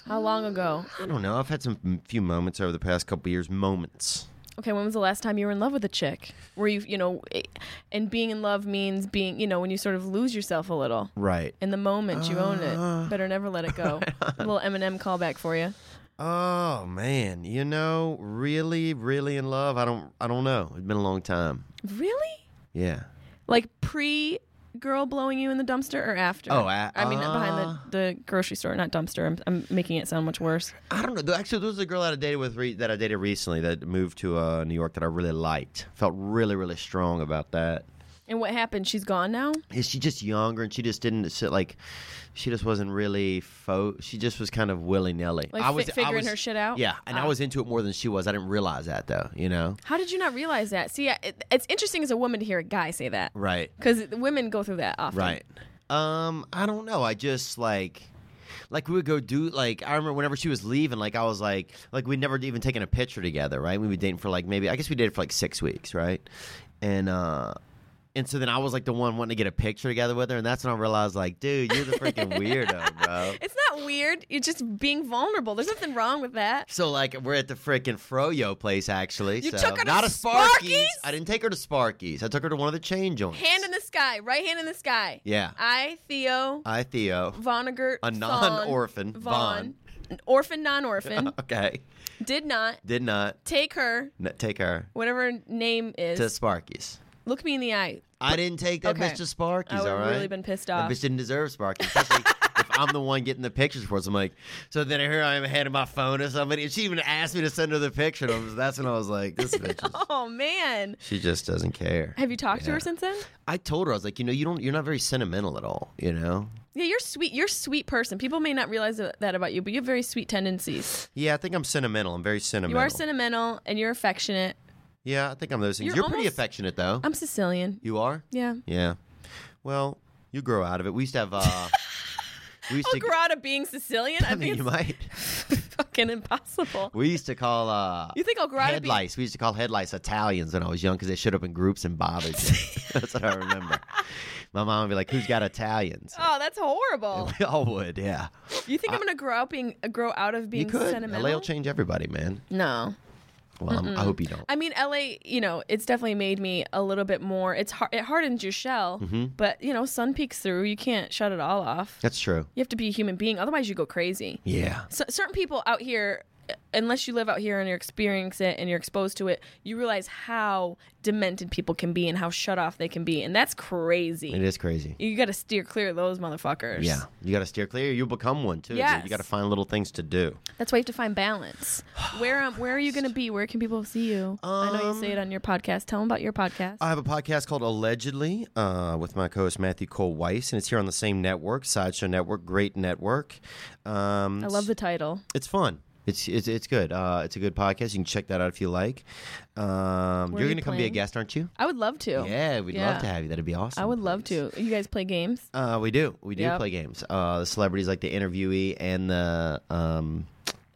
C: How long ago?
D: I don't know. I've had some few moments over the past couple years. Moments.
C: Okay, when was the last time you were in love with a chick? Were you, you know, eh, and being in love means being, you know, when you sort of lose yourself a little.
D: Right.
C: In the moment, you own
D: Ah.
C: it. Better never let it go. a little Eminem callback for you.
D: Oh man, you know, really, really in love. I don't. I don't know. It's been a long time.
C: Really?
D: Yeah.
C: Like pre girl blowing you in the dumpster or after?
D: Oh, a-
C: I mean,
D: uh.
C: behind the, the grocery store, not dumpster. I'm, I'm making it sound much worse.
D: I don't know. Though, Actually, there was a girl that I dated with re- that I dated recently that moved to uh, New York that I really liked. Felt really, really strong about that.
C: And what happened? She's gone now?
D: Is she just younger and she just didn't sit like she just wasn't really fo- she just was kind of willy nilly.
C: Like
D: I
C: fi-
D: was
C: figuring
D: I was,
C: her shit out?
D: Yeah, and I
C: Ah.
D: was into it more than she was. I didn't realize that though. You know.
C: How did you not realize that? See, I- it, it's interesting as a woman to hear a guy say that.
D: Right.
C: Because women go through that often.
D: Right. Um, I don't know. I just like like we would go do like I remember whenever she was leaving, like I was like like we'd never even taken a picture together, right? We were dating for like maybe I guess we dated for like six weeks, right? And uh and so then I was like the one wanting to get a picture together with her, and that's when I realized like, dude, you're the freaking weirdo, bro.
C: It's not weird. You're just being vulnerable. There's nothing wrong with that.
D: So like we're at the freaking Froyo place actually.
C: You
D: so-
C: took her to
D: not a
C: Sparky's?
D: I didn't take her to Sparky's. I took her to one of the chain joints.
C: Hand in the sky, right hand in the sky.
D: Yeah.
C: I, Theo,
D: I Theo,
C: Vonnegut,
D: a non-orphan,
C: Vaughn, an orphan, non-orphan,
D: okay,
C: did not
D: did not
C: take her,
D: n- take her.
C: whatever her name is.
D: to Sparky's.
C: Look me in the eye.
D: I didn't take that
C: Okay.
D: bitch to Sparky's.
C: I would've
D: all right,
C: really been pissed
D: That
C: off.
D: bitch didn't deserve Sparky's. Especially if I'm the one getting the pictures for us. I'm like, so then here I am handing my phone to somebody, and she even asked me to send her the picture. And I was, that's when I was like, this bitch, is,
C: Oh man.
D: she just doesn't care.
C: Have you talked to
D: Yeah.
C: her since then?
D: I told her I was like, you know, you don't, you're not very sentimental at all. You know.
C: Yeah, you're sweet. You're a sweet person. People may not realize tha- that about you, but you have very sweet tendencies.
D: Yeah, I think I'm sentimental. I'm very sentimental.
C: You are sentimental and you're affectionate.
D: Yeah, I think I'm those things.
C: You're
D: You're, pretty
C: almost-
D: affectionate though.
C: I'm Sicilian.
D: you are.
C: Yeah.
D: Yeah. Well, you grow out of it. We used to have. uh We used
C: I'll
D: to.
C: grow out of being Sicilian. I,
D: I
C: think
D: mean,
C: it's
D: you might.
C: fucking impossible.
D: We used to call. uh
C: You think I'll grow out of
D: head
C: being?
D: lice. We used to call head lice Italians when I was young because they showed up in groups and bothered you. That's what I remember. My mom would be like, "Who's got Italians?"
C: Oh, that's horrible.
D: We all would, yeah.
C: You think I, am gonna grow out being grow out of being
D: you could. LA
C: sentimental?
D: will change everybody, man.
C: no.
D: Well, I'm, I hope you don't.
C: I mean, LA, you know, it's definitely made me a little bit more. It's hard, it hardens your shell,
D: Mm-hmm.
C: but you know, sun peeks through. You can't shut it all off.
D: That's true.
C: You have to be a human being, otherwise you go crazy.
D: Yeah.
C: So, certain people out here, unless you live out here and you're experiencing it and you're exposed to it, you realize how demented people can be and how shut off they can be, and that's crazy.
D: It is crazy.
C: You got to steer clear of those motherfuckers.
D: Yeah. You got to steer clear. You become one too. dude.
C: Yes.
D: You got to find little things to do.
C: That's why you have to find balance. Where um, where are you going to be? Where can people see you? I know you say it on your podcast. Tell them about your podcast.
D: Um, I have a podcast called Allegedly uh, with my co-host Matthew Cole Weiss, and it's here on the same network, Sideshow Network, great network. Um,
C: I love the title.
D: It's fun. It's it's, it's good. Uh, it's a good podcast. You can check that out if you like. Um,
C: Where
D: you're
C: are you
D: going to come be a
C: playing?
D: guest, aren't you?
C: I would love to.
D: Yeah, we'd
C: Yeah.
D: love to have you. That'd be awesome.
C: I would love
D: please.
C: to. You guys play games?
D: Uh, we do. We do
C: Yep.
D: play games. Uh, the celebrities like the interviewee and the um,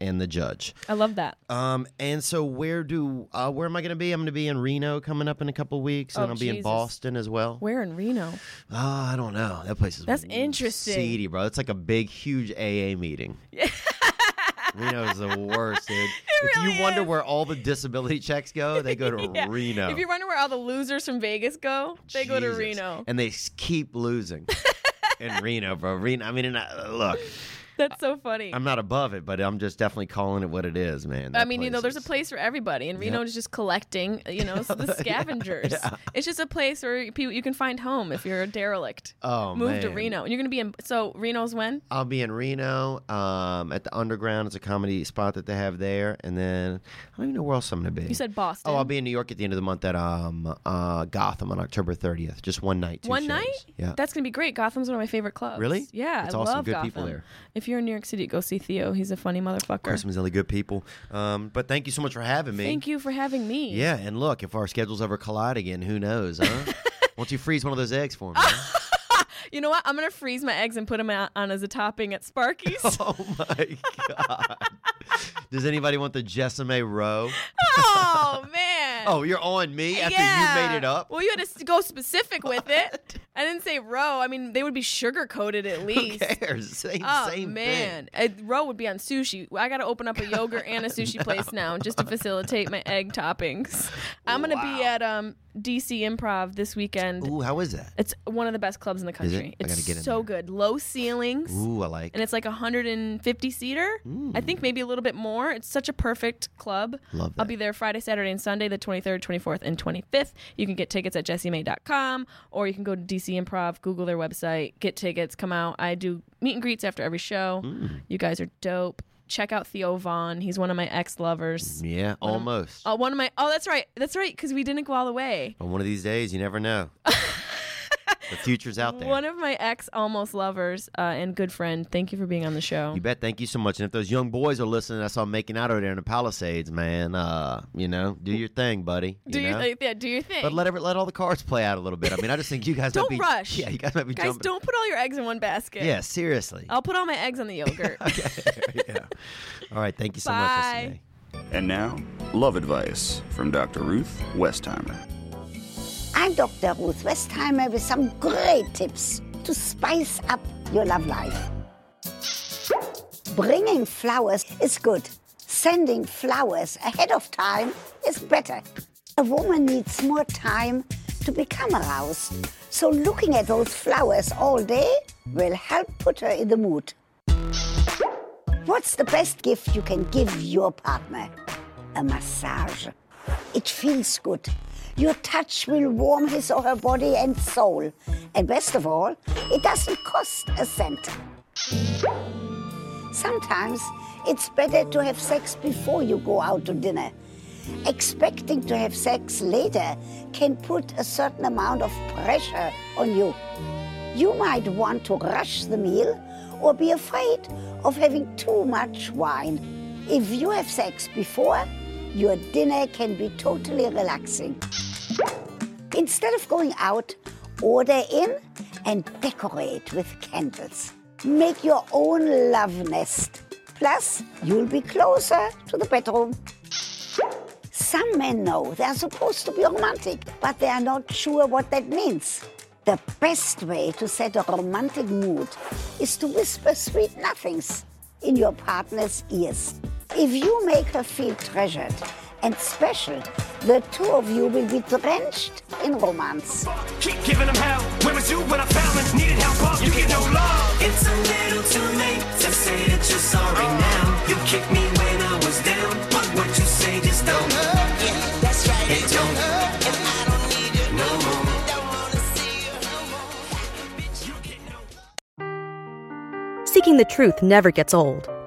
D: and the judge.
C: I love that.
D: Um, and so where do uh, where am I going to be? I'm going to be in Reno coming up in a couple weeks, and
C: Oh,
D: I'll be in
C: Jesus.
D: Boston as well.
C: Where in Reno?
D: Uh, I don't know. That place is
C: That's interesting.
D: Seedy, bro. It's like a big, huge AA meeting. Reno is the worst, dude. if you
C: really
D: wonder
C: is.
D: where all the disability checks go, they go to
C: Yeah.
D: Reno.
C: If you wonder where all the losers from Vegas go, they go to
D: Jesus.
C: Reno.
D: and they s- keep losing. in Reno, bro. Reno. I mean, and I, look,
C: That's so funny.
D: I'm not above it, but I'm just definitely calling it what it is, man.
C: I
D: That
C: mean, you know, there's a
D: is-
C: place for everybody, and Reno is just collecting, uh, you know, so the scavengers. It's just a place where people you can find home if you're a derelict.
D: Oh,
C: move to
D: man.
C: Reno, and you're gonna be in. So Reno's when?
D: I'll be in Reno um, at the Underground. It's a comedy spot that they have there, and then I don't even know where else I'm going to be.
C: You said Boston.
D: Oh, I'll be in New York at the end of the month at um uh Gotham on October 30th. Just one night. Two
C: one
D: shows.
C: night.
D: Yeah.
C: that's gonna be great. Gotham's one of my favorite clubs.
D: Really?
C: Yeah,
D: It's
C: I
D: awesome.
C: love
D: Good
C: Gotham.
D: people there.
C: If you're in New York City, go see Theo. He's a funny motherfucker.
D: There's some really good people. Um, but thank you so much for having me.
C: Thank you for having me.
D: Yeah, and look, if our schedules ever collide again, who knows, huh? Won't you freeze one of those eggs for me? huh?
C: You know what? I'm gonna freeze my eggs and put them out on as a topping at Sparky's.
D: oh my god. Does anybody want the Jessame row?
C: oh man.
D: Oh, you're on me after you made it up.
C: Well, you had to s- go specific with it. I didn't say roe. I mean, they would be sugar coated at least.
D: Who cares? Same,
C: Oh
D: same
C: man,
D: thing.
C: A roe would be on sushi. I got to open up a yogurt and a sushi place now just to facilitate my egg toppings. I'm gonna be at um DC Improv this weekend.
D: Ooh, how is that?
C: It's one of the best clubs in the
D: it?
C: country.
D: I
C: It's
D: gotta get in
C: so
D: there.
C: good. Low ceilings.
D: Ooh, I like.
C: And it's like a 150 seater. I think maybe a little bit more. It's such a perfect club.
D: Love
C: I'll
D: that.
C: be there Friday, Saturday, and Sunday, the 23rd, 24th, and 25th. You can get tickets at jessiemay.com or you can go to DC Improv, Google their website, get tickets, come out. I do meet and greets after every show.
D: Mm.
C: You guys are dope. Check out Theo Vaughn. He's one of my ex lovers.
D: yeah, almost.
C: Oh, one of my. Oh, that's right. That's right. Because we didn't go all the way.
D: On one of these days, you never know. the future's out there.
C: One of my ex almost lovers uh, and good friend. Thank you for being on the show.
D: you bet. Thank you so much. And if those young boys are listening, I saw making out over there in the Palisades, man. Uh, you know, do your thing, buddy.
C: do
D: you
C: your
D: know?
C: thing. Yeah, do your thing.
D: But let every, let all the cards play out a little bit. I mean, I just think you guys
C: Don't
D: might be,
C: rush.
D: Yeah, you guys might be
C: Guys,
D: jumping.
C: don't Oh, put all your eggs in one basket.
D: Yeah, seriously.
C: I'll put all my eggs on the yogurt.
D: yeah. All right. Thank you so
C: Bye.
D: much. Bye.
G: And now, love advice from Dr. Ruth Westheimer.
H: I'm Dr. Ruth Westheimer with some great tips to spice up your love life. Bringing flowers is good. Sending flowers ahead of time is better. A woman needs more time to become aroused, so looking at those flowers all day will help put her in the mood. What's the best gift you can give your partner? A massage. It feels good. Your touch will warm his or her body and soul. And best of all, it doesn't cost a cent. Sometimes it's better to have sex before you go out to dinner. Expecting to have sex later can put a certain amount of pressure on you. You might want to rush the meal or be afraid of having too much wine. If you have sex before, your dinner can be totally relaxing. Instead of going out, order in and decorate with candles. Make your own love nest. Plus, you'll be closer to the bedroom. Some men know they are supposed to be romantic, but they are not sure what that means. The best way to set a romantic mood is to whisper sweet nothings in your partner's ears. If you make her feel treasured and special, the two of you will be drenched in romance.
B: Keep giving them hell. Where was you when I fell and needed help? Up? You get no love. It's a little too late to say that you're sorry now. You kicked me when I was down, but what you say just don't hurt.
A: Yeah, that's right.
B: It don't hurt.
A: And I don't need it
B: No more.
A: Don't wanna see you no more.
B: You get no
I: Seeking the truth never gets old.